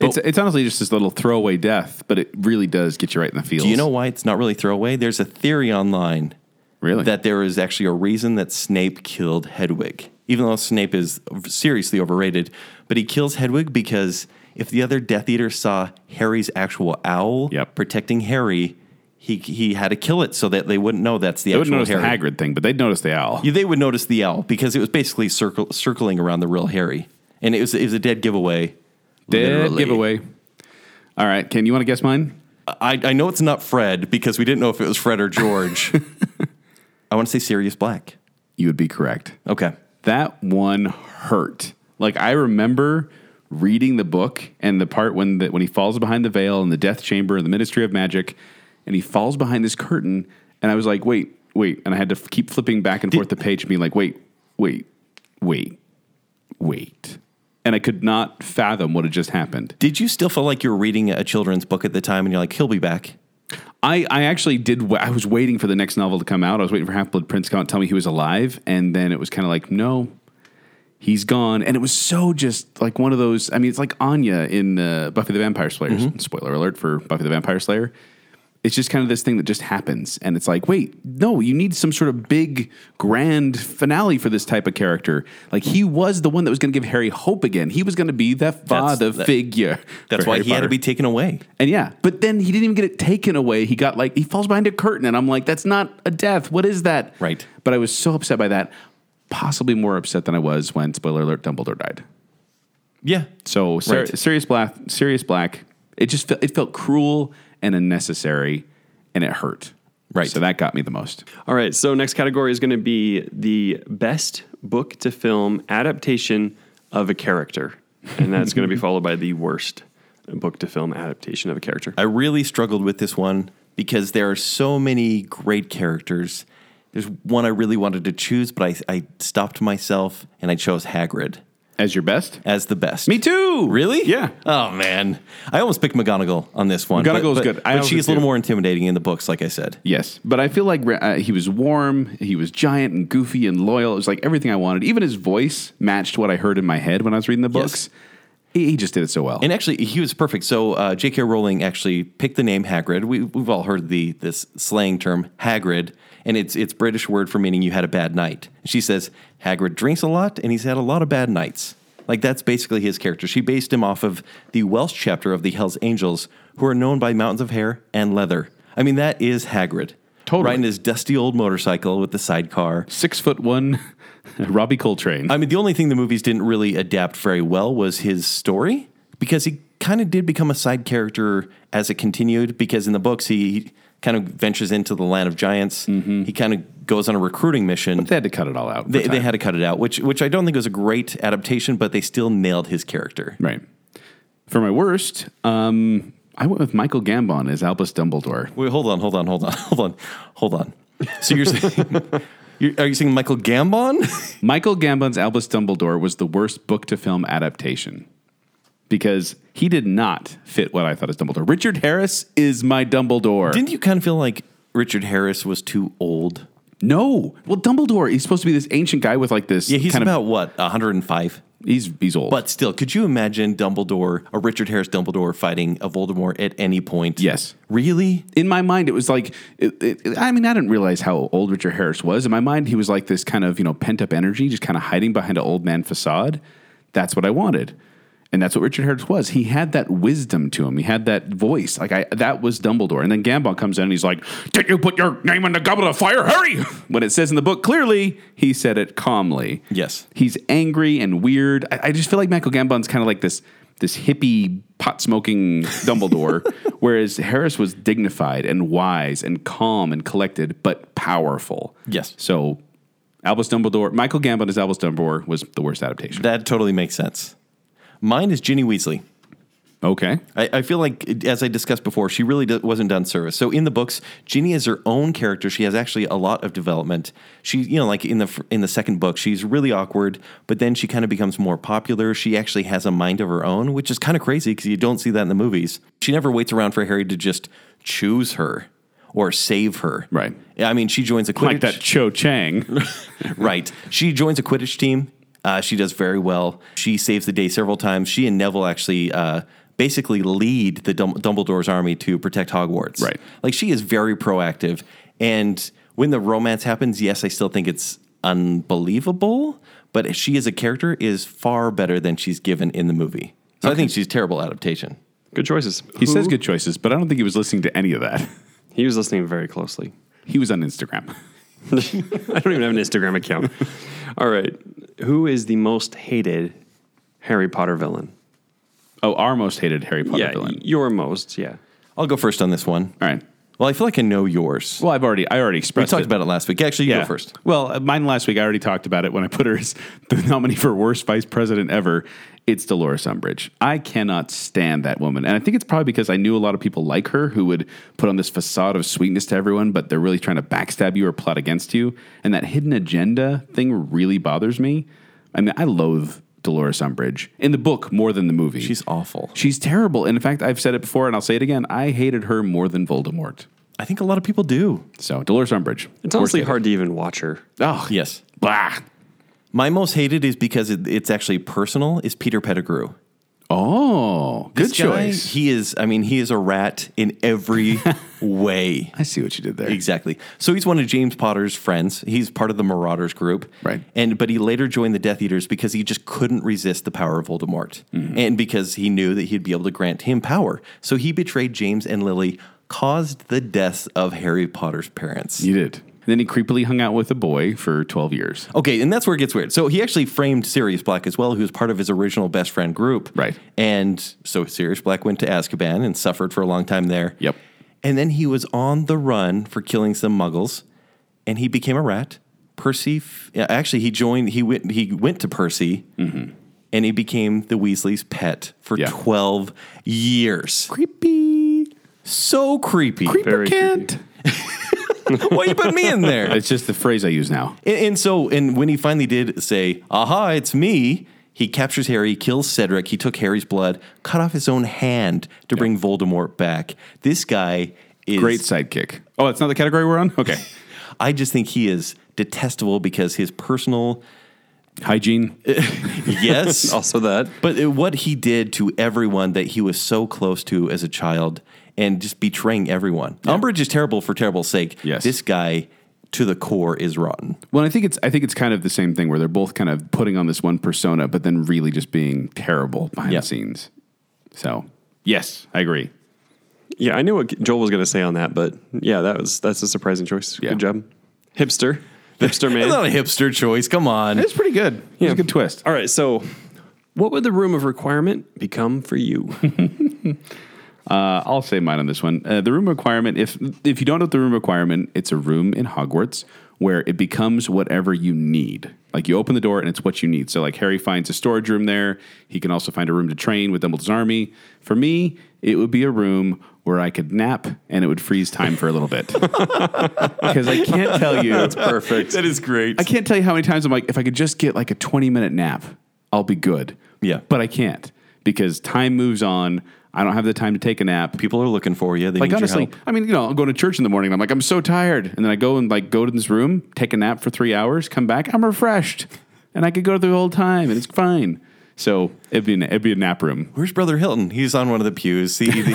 It's, it's honestly just this little throwaway death, but it really does get you right in the feels. Do you know why it's not really throwaway? There's a theory online really that there is actually a reason that Snape killed Hedwig, even though Snape is seriously overrated. But he kills Hedwig because if the other Death Eater saw Harry's actual owl Yep. protecting Harry, he he had to kill it so that they wouldn't know that's the They would actual notice Harry. the Hagrid thing, but they'd notice the owl. Yeah, they would notice the owl because it was basically circle, circling around the real Harry, and it was it was a dead giveaway. Dead literally. giveaway. All right, Ken, you want to guess mine? I, I know it's not Fred because we didn't know if it was Fred or George. I want to say Sirius Black. You would be correct. Okay. That one hurt. Like I remember reading the book and the part when the, when he falls behind the veil in the death chamber in the Ministry of Magic, and he falls behind this curtain, and I was like, wait, wait, and I had to f- keep flipping back and forth the page and being like, wait, wait, wait, wait, and I could not fathom what had just happened. Did you still feel like you were reading a children's book at the time and you're like, he'll be back? I, I actually did. wa- I was waiting for the next novel to come out. I was waiting for Half Blood Prince to come out and tell me he was alive. And then it was kind of like, no, he's gone. And it was so just like one of those. I mean, it's like Anya in uh, Buffy the Vampire Slayer. Mm-hmm. Spoiler alert for Buffy the Vampire Slayer. It's just kind of this thing that just happens. And it's like, wait, no, you need some sort of big, grand finale for this type of character. Like, he was the one that was going to give Harry hope again. He was going to be the father that- figure. That's for why Harry he had to Potter. be taken away. And yeah, but then he didn't even get it taken away. He got like he falls behind a curtain, and I'm like, that's not a death. What is that? Right. But I was so upset by that, possibly more upset than I was when spoiler alert Dumbledore died. Yeah. So Sir, Right. Sirius Black, Sirius Black, it just felt, it felt cruel and unnecessary, and it hurt. Right. So that got me the most. All right. So next category is going to be the best book to film adaptation of a character, and that's going to be followed by the worst book to film adaptation of a character. I really struggled with this one because there are so many great characters. There's one I really wanted to choose, but I, I stopped myself and I chose Hagrid As your best, as the best. me too. Really? Yeah. Oh man, I almost picked McGonagall on this one. McGonagall's but, but, good. I but also she's a little do. more intimidating in the books, like I said. Yes, but I feel like uh, he was warm. He was giant and goofy and loyal. It was like everything I wanted. Even his voice matched what I heard in my head when I was reading the books. He, he just did it so well. And actually, he was perfect. So uh, J.K. Rowling actually picked the name Hagrid. We, we've all heard the this slang term Hagrid, and it's it's British word for meaning you had a bad night. She says Hagrid drinks a lot, and he's had a lot of bad nights. Like that's basically his character. She based him off of the Welsh chapter of the Hell's Angels, who are known by mountains of hair and leather. I mean, that is Hagrid. Totally. Riding his dusty old motorcycle with the sidecar. Six foot one, Robbie Coltrane. I mean, the only thing the movies didn't really adapt very well was his story because he kind of did become a side character as it continued. Because in the books, he kind of ventures into the land of giants. He kind of goes on a recruiting mission. they had to cut it all out. for Mm-hmm. They, they time. had to cut it out, which which I don't think was a great adaptation, but they still nailed his character. right. For my worst, um, I went with Michael Gambon as Albus Dumbledore. Wait, hold on, hold on, hold on, hold on, hold on. So you're saying, you're, are you saying Michael Gambon? Michael Gambon's Albus Dumbledore was the worst book to film adaptation because he did not fit what I thought as Dumbledore. Richard Harris is my Dumbledore. Didn't you kind of feel like Richard Harris was too old? No. Well, Dumbledore, he's supposed to be this ancient guy with like this. Yeah, he's kind about Of, what 105. He's he's old. But still, could you imagine Dumbledore, a Richard Harris Dumbledore, fighting a Voldemort at any point? Yes. Really? in my mind, it was like, it, it, I mean, I didn't realize how old Richard Harris was. In my mind, he was like this kind of, you know, pent up energy, just kind of hiding behind an old man facade. That's what I wanted. And that's what Richard Harris was. He had that wisdom to him. He had that voice. Like I, that was Dumbledore. And then Gambon comes in and he's like, "Did you put your name in the goblet of fire, Harry?" When it says in the book clearly, he said it calmly. Yes. he's angry and weird. I, I just feel like Michael Gambon's kind of like this this hippie pot smoking Dumbledore, whereas Harris was dignified and wise and calm and collected, but powerful. Yes. So Albus Dumbledore, Michael Gambon as Albus Dumbledore was the worst adaptation. That totally makes sense. Mine is Ginny Weasley. okay. I, I feel like, as I discussed before, she really d- wasn't done service. So in the books, Ginny is her own character. She has actually a lot of development. She, you know, like in the fr- in the second book, she's really awkward, but then she kind of becomes more popular. She actually has a mind of her own, which is kind of crazy because you don't see that in the movies. She never waits around for Harry to just choose her or save her. Right. I mean, she joins a Quidditch. Like that Cho Chang. Right. She joins a Quidditch team. Uh, she does very well. She saves the day several times. She and Neville actually uh, basically lead the Dum- Dumbledore's army to protect Hogwarts. Right. Like she is very proactive. And when the romance happens, yes, I still think it's unbelievable. But she as a character is far better than she's given in the movie. So I think she's terrible adaptation. Good choices. he says good choices, but I don't think he was listening to any of that. He was listening very closely. He was on Instagram. I don't even have an Instagram account. All right. Who is the most hated Harry Potter villain? Oh, our most hated Harry Potter yeah, villain. your most. Yeah. I'll go first on this one. All right. Well, I feel like I know yours. Well, I've already I already we expressed talked it. about it last week. Actually, you Yeah. go first. Well, uh, mine last week, I already talked about it when I put her as the nominee for worst vice president ever. It's Dolores Umbridge. I cannot stand that woman. And I think it's probably because I knew a lot of people like her who would put on this facade of sweetness to everyone, but they're really trying to backstab you or plot against you. And that hidden agenda thing really bothers me. I mean, I loathe Dolores Umbridge in the book more than the movie. She's awful. She's terrible. And in fact, I've said it before and I'll say it again. I hated her more than Voldemort. I think a lot of people do. So, Dolores Umbridge. It's honestly hard to even watch her. Oh, Yes. Blah. My most hated is because it, it's actually personal. Is Peter Pettigrew? Oh, good This guy, choice. he is. I mean, he is a rat in every way. I see what you did there. Exactly. So he's one of James Potter's friends. He's part of the Marauders group, Right. And but he later joined the Death Eaters because he just couldn't resist the power of Voldemort, Mm-hmm. and because he knew that he'd be able to grant him power. So he betrayed James and Lily, caused the deaths of Harry Potter's parents. You did. Then he creepily hung out with a boy for 12 years. Okay, and that's where it gets weird. So he actually framed Sirius Black as well, who was part of his original best friend group. Right. And so Sirius Black went to Azkaban and suffered for a long time there. Yep. And then he was on the run for killing some muggles, and he became a rat. Percy, f- yeah, actually, he joined. He went. He went to Percy, and he became the Weasley's pet for Mm-hmm. Yeah. twelve years. Creepy. So creepy. Creeper Very Kent. Why you put me in there? It's just the phrase I use now. And, and so, and when he finally did say, "Aha, it's me," he captures Harry, kills Cedric. He took Harry's blood, cut off his own hand to bring Voldemort back. This guy is Great sidekick. Oh, that's not the category we're on? Okay. I just think he is detestable because his personal Hygiene. yes, Oh. Also that. but uh, what he did to everyone that he was so close to as a child, and just betraying everyone. Umbridge is terrible for terrible's sake. Yes. this guy to the core is rotten. Well, I think it's I think it's kind of the same thing where they're both kind of putting on this one persona, but then really just being terrible behind Yeah. the scenes. So yes, I agree. Yeah, I knew what Joel was going to say on that, but yeah, that was that's a surprising choice. Yeah. Good job, hipster, hipster That's man. not a hipster choice. Come on. It's pretty good. It's a good twist. All right, so what would the room of requirement become for you? Uh, I'll say mine on this one. Uh, the room requirement. If if you don't know the room requirement, it's a room in Hogwarts where it becomes whatever you need. Like you open the door and it's what you need. So like Harry finds a storage room there. He can also find a room to train with Dumbledore's army. For me, it would be a room where I could nap and it would freeze time for a little bit. Because I can't tell you. That's Perfect. That is great. I can't tell you how many times I'm like, if I could just get like a 20 minute nap, I'll be good. Yeah. But I can't because time moves on. I don't have the time to take a nap People are looking for you. They like need your honestly, help. I mean, you know, I'll go to church in the morning. And I'm like, I'm so tired, and then I go and like go to this room, take a nap for three hours, come back, I'm refreshed, and I could go through the whole time, and it's fine. So it'd be an, it'd be a nap room. Where's Brother Hilton? He's on one of the pews. He, he,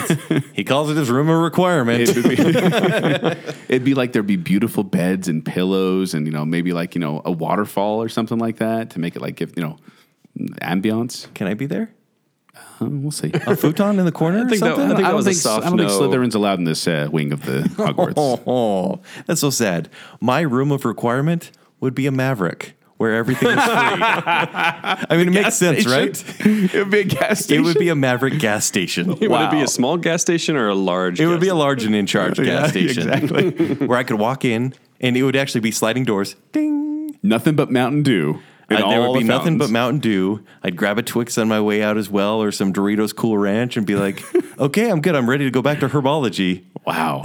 he calls it his room a requirement. It would be, it'd be like there'd be beautiful beds and pillows, and you know maybe like you know a waterfall or something like that to make it like if you know ambiance. Can I be there? Uh, we'll see. A futon in the corner? think or that- I something? think I don't was a think, soft I don't think no. Slytherin's allowed in this uh, wing of the Hogwarts. Oh, that's so sad. My room of requirement would be a Maverick where everything is free. I mean, it makes sense, right? it would be a gas It station. would be a Maverick gas station. Would it be Wow. a small gas station or a large? It would be gas a large and in charge gas station exactly. where I could walk in and it would actually be sliding doors. Ding. nothing but Mountain Dew. And Uh, all there would the be nothing but fountains. Mountain Dew. I'd grab a Twix on my way out as well or some Doritos Cool Ranch and be like, okay, I'm good. I'm ready to go back to herbology. Wow.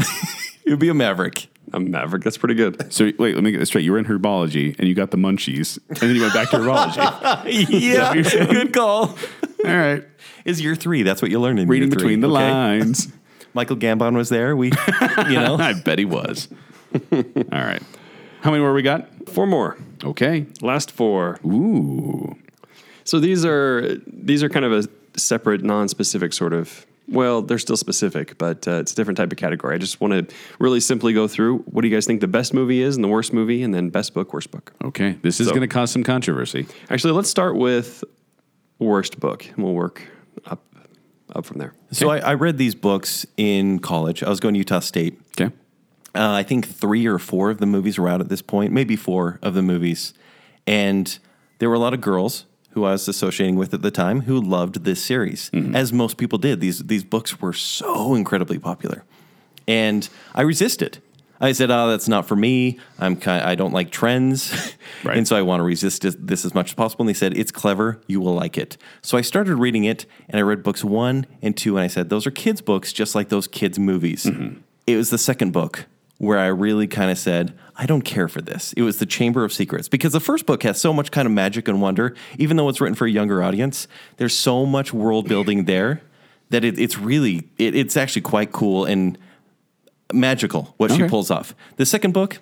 It would be a Maverick. A Maverick. That's pretty good. so wait, let me get this straight. You were in herbology and you got the munchies, and then you went back to herbology. yeah, good call. all right. Is year three. That's what you learn in year Reading three, between the okay? lines. Michael Gambon was there. We, you know, I bet he was. all right. How many more we got? Four more. Okay. Last four. Ooh. So these are these are kind of a separate, non-specific sort of. Well, they're still specific, but uh, it's a different type of category. I just want to really simply go through what do you guys think the best movie is and the worst movie, and then best book, worst book. Okay. This is So- going to cause some controversy. Actually, let's start with worst book, and we'll work up up from there. so I, I read these books in college. I was going to Utah State. Okay. Uh, I think three or four of the movies were out at this point, maybe four of the movies. And there were a lot of girls who I was associating with at the time who loved this series, as most people did. These, these books were so incredibly popular. And I resisted. I said, oh, that's not for me. I'm kind I don't like trends. Right. and so I want to resist this- this as much as possible. And they said, it's clever. You will like it. So I started reading it and I read books one and two. And I said, those are kids' books, just like those kids' movies. It was the second book where I really kind of said, I don't care for this. It was The Chamber of Secrets because the first book has so much kind of magic and wonder, even though it's written for a younger audience, there's so much world building there that it, it's really, it, it's actually quite cool and magical what she Okay. pulls off. The second book,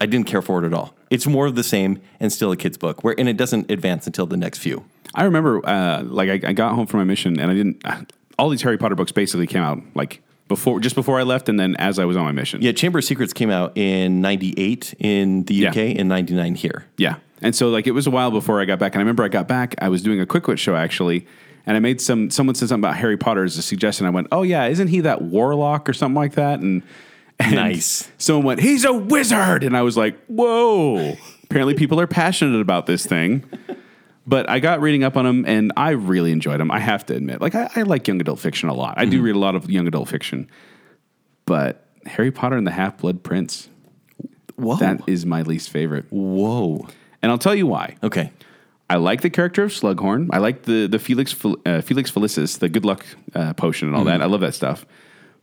I didn't care for it at all. It's more of the same and still a kid's book, where and it doesn't advance until the next few. I remember, uh, like, I, I got home from my mission, and I didn't. uh, all these Harry Potter books basically came out like before, just before I left, and then as I was on my mission. Yeah, Chamber of Secrets came out in '98 in the UK and '99 here. Yeah. And so like it was a while before I got back. And I remember I got back, I was doing a quick wit show actually, and I made some someone said something about Harry Potter as a suggestion. I went, Oh yeah, isn't he that warlock or something like that? And, and Nice. someone went, He's a wizard. And I was like, Whoa. Apparently people are passionate about this thing. But I got reading up on them and I really enjoyed them. I have to admit. Like I, I like young adult fiction a lot. I do read a lot of young adult fiction. But Harry Potter and the Half Blood Prince, Whoa, that is my least favorite. whoa. And I'll tell you why. Okay, I like the character of Slughorn. I like the the Felix Fel- uh, Felix Felicis, the good luck uh, potion and all that. I love that stuff.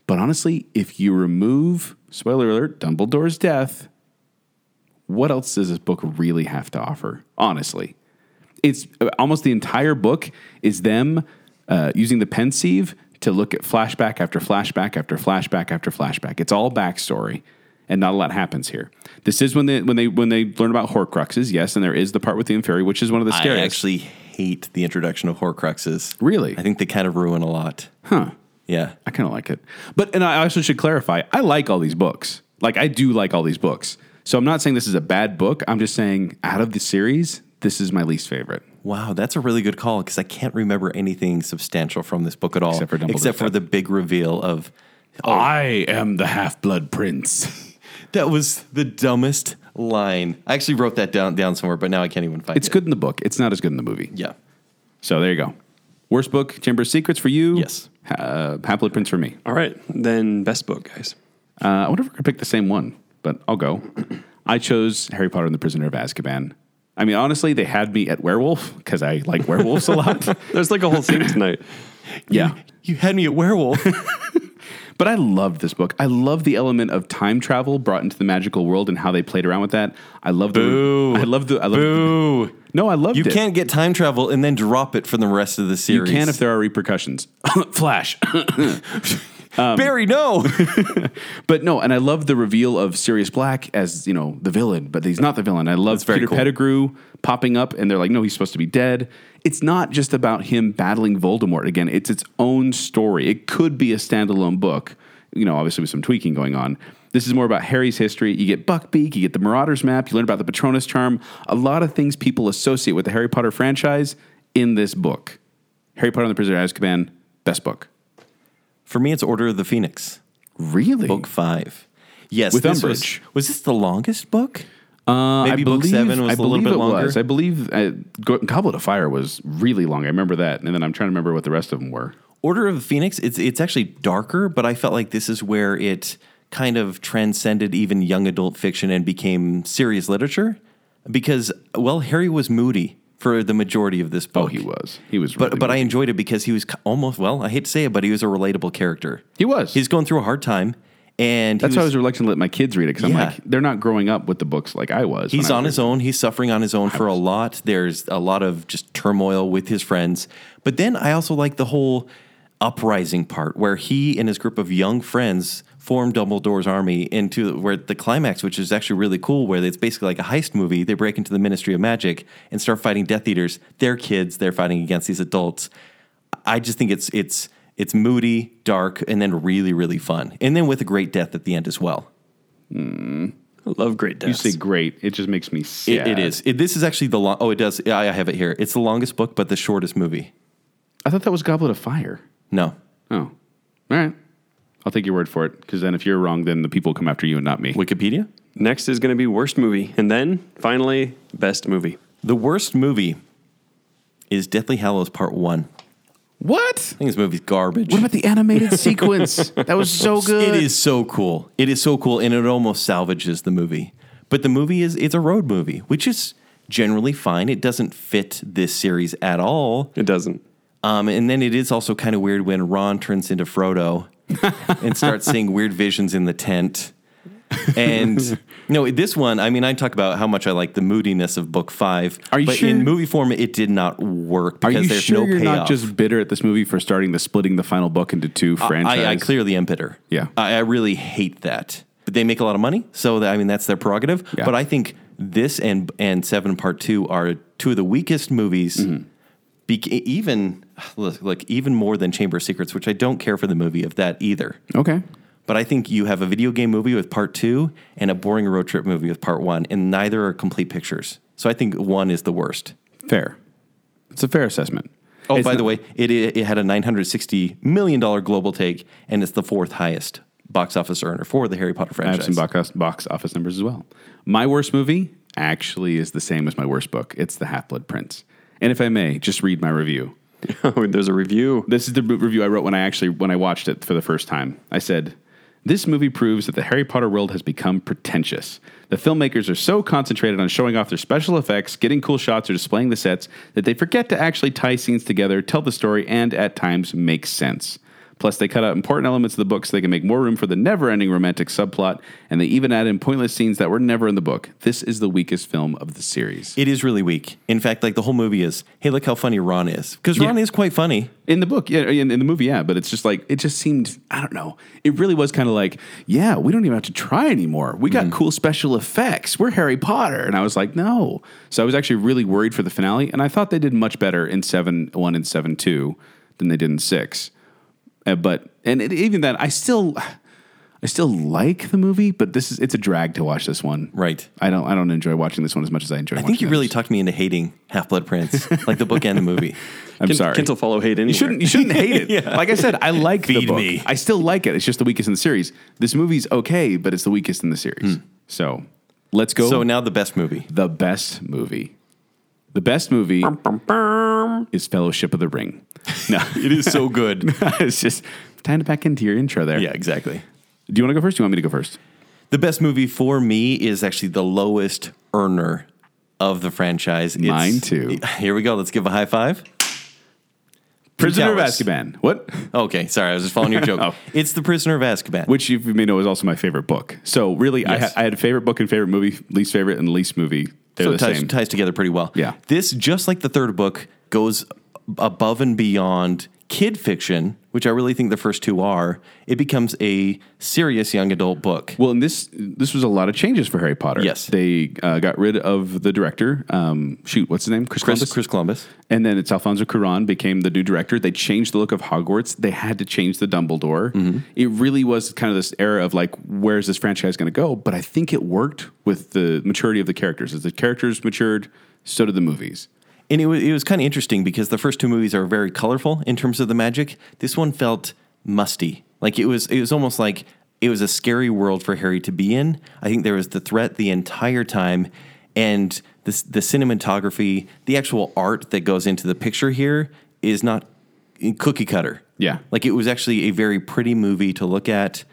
But honestly, if you remove spoiler alert, Dumbledore's death, what else does this book really have to offer? Honestly, it's uh, almost the entire book is them uh, using the pensieve to look at flashback after flashback after flashback after flashback. It's all backstory, and not a lot happens here. This is when they when they when they learn about Horcruxes, yes, and there is the part with the Inferi, which is one of the I scariest. actually hate the introduction of Horcruxes. Really? I think they kind of ruin a lot. huh? Yeah, I kind of like it, but and I also should clarify, I like all these books. Like I do like all these books. So I'm not saying this is a bad book. I'm just saying out of the series, this is my least favorite. Wow, that's a really good call because I can't remember anything substantial from this book at all, Except for Dumbledore's except for death. the big reveal of Oh. I am the half blood prince. that was the dumbest line. I actually wrote that down down somewhere, but now I can't even find It's it. good in the book. It's not as good in the movie. Yeah, So there you go. Worst book, Chamber of Secrets for you. Yes. Ha- Uh, Haploid Prince for me. All right, then best book, guys. Uh, I wonder if we're going to pick the same one, but I'll go. I chose Harry Potter and the Prisoner of Azkaban. I mean, honestly, they had me at werewolf because I like werewolves a lot. There's like a whole thing tonight. Yeah. you had me at werewolf. But I love this book. I love the element of time travel brought into the magical world and how they played around with that. I love the. Boo. I love the. I love Boo! No, I loved You it. can't get time travel and then drop it for the rest of the You series. can if um, there are repercussions. Flash. Barry, no. But no, and I love the reveal of Sirius Black as you know the villain, but he's not the villain. I love very Peter cool. Pettigrew popping up, and they're like, no, he's supposed to be dead. It's not just about him battling Voldemort again. It's its own story. It could be a standalone book, you know, obviously with some tweaking going on. This is more about Harry's history. You get Buckbeak, you get the Marauder's Map, you learn about the Patronus Charm, a lot of things people associate with the Harry Potter franchise in this book. Harry Potter and the Prisoner of Azkaban, best book. For me, it's Order of the Phoenix, Really? book five. Yes, With this was- Umbridge. Was, this the longest book? Uh, Maybe book seven was a little believe bit it longer. was. I believe uh, Go- Goblet of Fire was really long. I remember that, and then I'm trying to remember what the rest of them were. Order of the Phoenix, it's it's actually darker, but I felt like this is where it kind of transcended even young adult fiction and became serious literature because well, Harry was moody for the majority of this book. Oh, he was. He was. But really but I good. enjoyed it because he was k- almost well, I hate to say it, but he was a relatable character. He was. He's going through a hard time and he that's why I was- was reluctant to let my kids read it because Yeah. I'm like, they're not growing up with the books like I was. He's when I on was- his own. He's suffering on his own for a lot. There's a lot of just turmoil with his friends. But then I also like the whole uprising part where he and his group of young friends form Dumbledore's army into where the climax, which is actually really cool, where it's basically like a heist movie. They break into the Ministry of Magic and start fighting Death Eaters. They're kids. They're fighting against these adults. I just think it's it's it's moody, dark, and then really really fun. And then with a great death at the end as well. I love great You deaths. say great. It just makes me It, sad. it is. It, this is actually the long. Oh, it does. Yeah, I have it here. It's the longest book, but the shortest movie. I thought that was Goblet of Fire. No, Oh, all right. I'll take your word for it because then if you're wrong, then the people come after you and not me. Wikipedia. Next is going to be worst movie, and then finally best movie. The worst movie is Deathly Hallows Part One. What? I think this movie's garbage. What about the animated sequence? That was so good. It is so cool. It is so cool, and it almost salvages the movie. But the movie is it's a road movie, which is generally fine. It doesn't fit this series at all. It doesn't. Um, and then it is also kind of weird when Ron turns into Frodo and starts seeing weird visions in the tent. And no, this one, I mean, I talk about how much I like the moodiness of book five. Are you but sure- in movie form, it did not work Are because you there's sure no you're payoff. not just bitter at this movie for starting the splitting the final book into two franchises? I, I clearly am bitter. Yeah. I, I really hate that. But they make a lot of money, so that, I mean that's their prerogative. Yeah. But I think this and and Seven Part Two are two of the weakest movies. Mm-hmm. Bec- even look, look, even more than Chamber of Secrets, which I don't care for the movie of that either. Okay. But I think you have a video game movie with Part Two and a boring road trip movie with Part One, and neither are complete pictures. So I think one is the worst. Fair. It's a fair assessment. Oh, It's by the not- way, it, it had a $960 million global take, and it's the fourth highest box office earner for the Harry Potter I have franchise. some box, box office numbers as well. My worst movie actually is the same as my worst book. It's The Half Blood Prince. And if I may, just read my review. Oh, there's a review. This is the re- review I wrote when I actually when I watched it for the first time. I said, "This movie proves that the Harry Potter world has become pretentious. The filmmakers are so concentrated on showing off their special effects, getting cool shots, or displaying the sets that they forget to actually tie scenes together, tell the story, and at times make sense." Plus, they cut out important elements of the book so they can make more room for the never ending romantic subplot, and they even add in pointless scenes that were never in the book. This is the weakest film of the series. It is really weak. In fact, like the whole movie is, hey, look how funny Ron is. Because Ron is quite funny. In the book, yeah, in, in the movie, yeah, but it's just like it just seemed. I don't know. It really was kind of like, yeah, we don't even have to try anymore. We Mm-hmm. got cool special effects. We're Harry Potter, and I was like, no. So I was actually really worried for the finale, and I thought they did much better in seven one and seven two than they did in six. Uh, but and it, even then, I still, I still like the movie, but this is it's a drag to watch this one. Right. I don't I don't enjoy watching this one as much as I enjoy. I think you really talked me into hating Half Blood Prince, like the book and the movie. I'm sorry. Kent will follow hate anywhere. You shouldn't. You shouldn't hate it. Like I said, I like the Feed book. me. I still like it. It's just the weakest in the series. This movie's okay, but it's the weakest in the series. So let's go. Hmm. So now the best movie. the best movie. The best movie is Fellowship of the Ring. No, It is so good. it's just tying it back into your intro there. yeah, exactly. Do you want to go first? Do you want me to go first? The best movie for me is actually the lowest earner of the franchise. It's- Mine too. Here we go. Let's give a high five. Prisoner of Towers. Azkaban. What? Okay, sorry, I was just following your joke. Oh. It's The Prisoner of Azkaban. Which you may know is also my favorite book. So really, I, Yes. ha- I had a favorite book and favorite movie, least favorite and least movie. They're so the it ties, same. ties together pretty well. Yeah. This, just like the third book, goes above and beyond kid fiction, which I really think the first two are, it becomes a serious young adult book. Well, and this this was a lot of changes for Harry Potter. Yes. they uh, got rid of the director. Um, shoot, what's his name? Chris, Chris Columbus? Chris Columbus. And then it's Alfonso Cuarón became the new director. They changed the look of Hogwarts. They had to change the Dumbledore. It really was kind of this era of like, where is this franchise going to go? But I think it worked with the maturity of the characters. As the characters matured, so did the movies. And it was, it was kind of interesting because the first two movies are very colorful in terms of the magic. This one felt musty. Like it was it was almost like it was a scary world for Harry to be in. I think there was the threat the entire time and this the cinematography, the actual art that goes into the picture here is not eh, cookie cutter. Yeah. Like it was actually a very pretty movie to look at.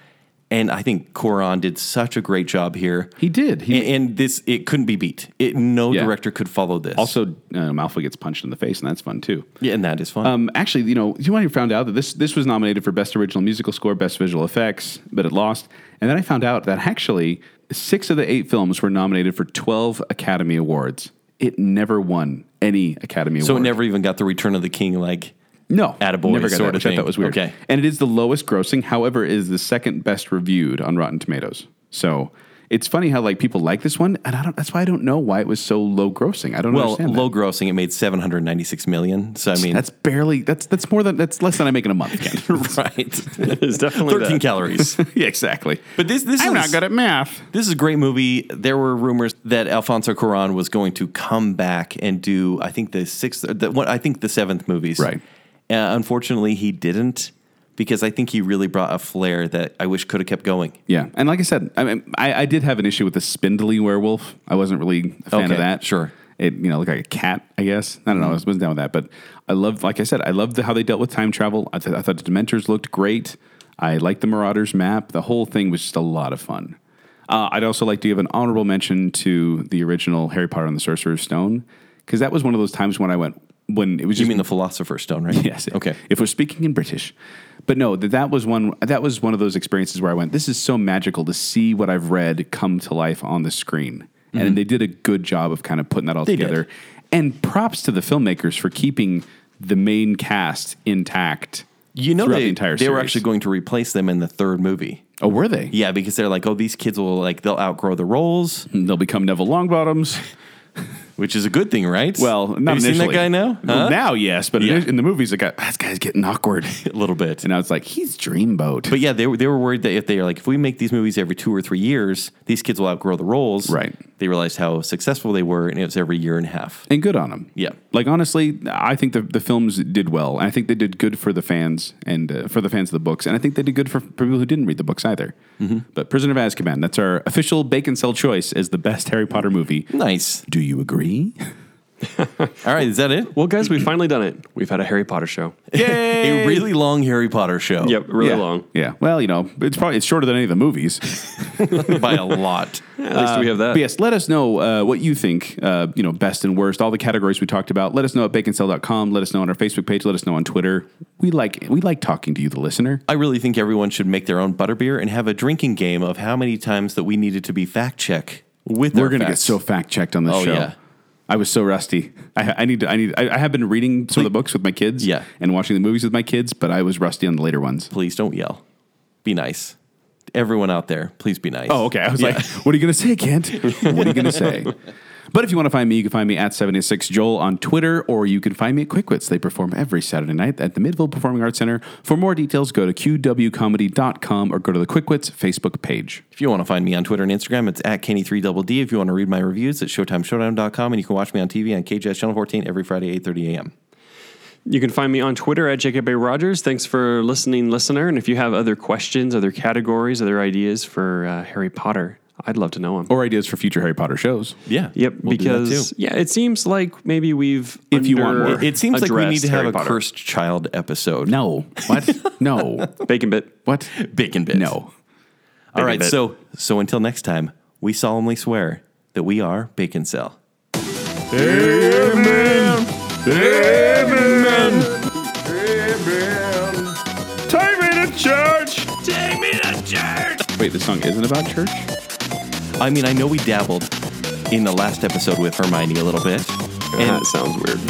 And I think Koran did such a great job here. He did. He and, and this it couldn't be beat. It no Yeah. director could follow this. also uh, Malfoy gets punched in the face, and that's fun too. yeah, and that is fun. Um, actually, you know, you might have found out that this this was nominated for best original musical score, best visual effects, but it lost. And then I found out that actually six of the eight films were nominated for twelve Academy Awards. It never won any Academy So it Award. never even got the Return of the King like no Attaboy never got sort that, of which I thought thing. was weird. Okay. and it is the lowest grossing. However, it is the second best reviewed on Rotten Tomatoes. So. It's funny how like people like this one, and I don't. That's why I don't know why it was so low grossing. I don't well understand. that. low grossing. It made seven hundred ninety six million. So I mean That's barely. That's that's more than that's less than I make in a month. Ken. right. It's definitely thirteen that. calories. yeah, exactly. But this this I'm is not good at math. this is a great movie. There were rumors that Alfonso Cuarón was going to come back and do I think the sixth the, what I think the seventh movies. Right. Uh, unfortunately, he didn't because I think he really brought a flair that I wish could have kept going. Yeah, and like I said, I mean, I, I did have an issue with the spindly werewolf. I wasn't really a fan Okay, of that. sure. it you know looked like a cat. I guess I don't know. I wasn't down with that, but I love, like I said, I loved the, how they dealt with time travel. I, th- I thought the Dementors looked great. I liked the Marauders map. The whole thing was just a lot of fun. Uh, I'd also like to give an honorable mention to the original Harry Potter and the Sorcerer's Stone because that was one of those times when I went when it was just You mean the Philosopher's Stone, right? Yes. Okay. If we're speaking in British, but no, that that was one that was one of those experiences where I went, this is so magical to see what I've read come to life on the screen, and they did a good job of kind of putting that all Mm-hmm. did. together. And props to the filmmakers for keeping the main cast intact. You know throughout they, the entire they were series. actually going to replace them in the third movie. Oh, were they? Yeah, because they're like, oh, these kids will like they'll outgrow the roles, They'll become Neville Longbottoms. which is a good thing, right? Well, Have not you seen that initially. guy now? Well, Huh? Now, yes, but Yeah. in the movies, it got that guy's getting awkward, a little bit. and I was like, he's Dreamboat. But yeah, they were they were worried that if they are like if we make these movies every two or three years, these kids will outgrow the roles. Right. They realized how successful they were, and it was every year and a half. and good on them. Yeah. Like honestly, I think the the films did well. I think they did good for the fans and uh, for the fans of the books, and I think they did good for people who didn't read the books either. Mm-hmm. But Prisoner of Azkaban, that's our official bacon cell choice as the best Harry Potter movie. Nice. Do you agree? All right, is that it? Well, guys, we've finally done it. We've had a Harry Potter show. A really long Harry Potter show. Yep, really yeah. long. Yeah. Well, you know, it's probably it's shorter than any of the movies. by a lot. At least we have that. But yes, let us know uh, what you think, uh, you know, best and worst, all the categories we talked about. Let us know at baconcell.com. Let us know on our Facebook page. Let us know on Twitter. We like we like talking to you, the listener. I really think everyone should make their own butterbeer and have a drinking game of how many times that we needed to be fact check with. We're our going to get facts. so fact checked on this Oh, show. yeah. I was so rusty. I, I need to. I need. I, I have been reading some of the books with my kids. Yeah. and watching the movies with my kids, but I was rusty on the later ones. please don't yell. Be nice. Everyone out there, please be nice. Oh, okay. I was like, "What are you going to say, Kent? What are you going to say?" But if you want to find me, you can find me at 76 Joel on Twitter, or you can find me at Quickwits. They perform every Saturday night at the Midville Performing Arts Center. For more details, go to qwcomedy.com or go to the Quickwits Facebook page. If you want to find me on Twitter and Instagram, it's at Kenny3DD. If you want to read my reviews, it's ShowtimeShowdown.com, and you can watch me on TV on KJS Channel 14 every Friday, 8.30 a.m. You can find me on Twitter at Jacob A. Rogers. Thanks for listening, listener. And if you have other questions, other categories, other ideas for uh, Harry Potter, I'd love to know them. Or ideas for future Harry Potter shows. Yeah. Yep, we'll do that because too. yeah, it seems like maybe we've If you want under- more. It- it seems like we need addressed to have Harry a Potter. cursed child episode. No. What? no. bacon bit. What? Bacon bits. No. All right, bit. so, so until next time, we solemnly swear that we are Bacon Cell. Wait, this song isn't about church? I mean, I know we dabbled in the last episode with Hermione a little bit. that sounds weird.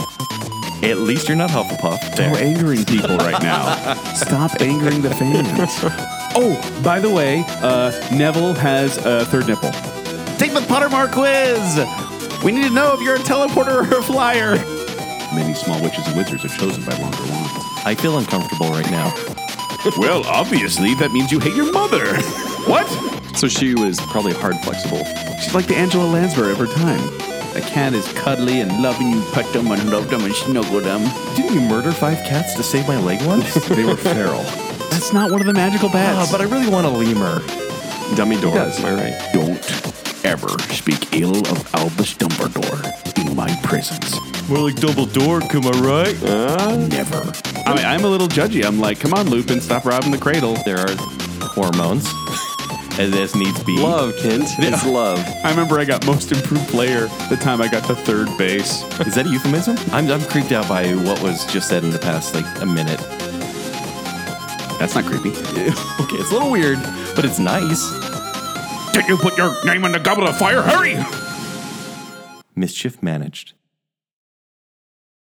At least you're not Hufflepuff. We're There. angering people right now. Stop angering the fans. Oh, by the way, uh, Neville has a third nipple. Take the Pottermore quiz. We need to know if you're a teleporter or a flyer. Many small witches and wizards are chosen by longer wands. I feel uncomfortable right now. well, obviously, that means you hate your mother. what? So she was probably hard flexible. She's like the Angela Lansbury of her time. The cat is cuddly and loving. You pet them and love them and snuggle them. Didn't you murder five cats to save my leg once? They were feral. That's not one of the magical Ah, bats. but I really want a lemur. Dummy door. does. Am I right? Don't ever speak ill of Albus Dumbledore in my presence. More like double dork, am I right? Never. I mean, I'm a little judgy. I'm like, come on, Lupin, stop robbing the cradle. There are hormones, as this needs be. Love, Kent. It's love. I remember I got most improved player the time I got to third base. Is that a euphemism? I'm, I'm creeped out by what was just said in the past, like a minute. That's not creepy. Okay, it's a little weird, but it's nice. Did you put your name in the goblet of fire? Hurry! Mischief managed.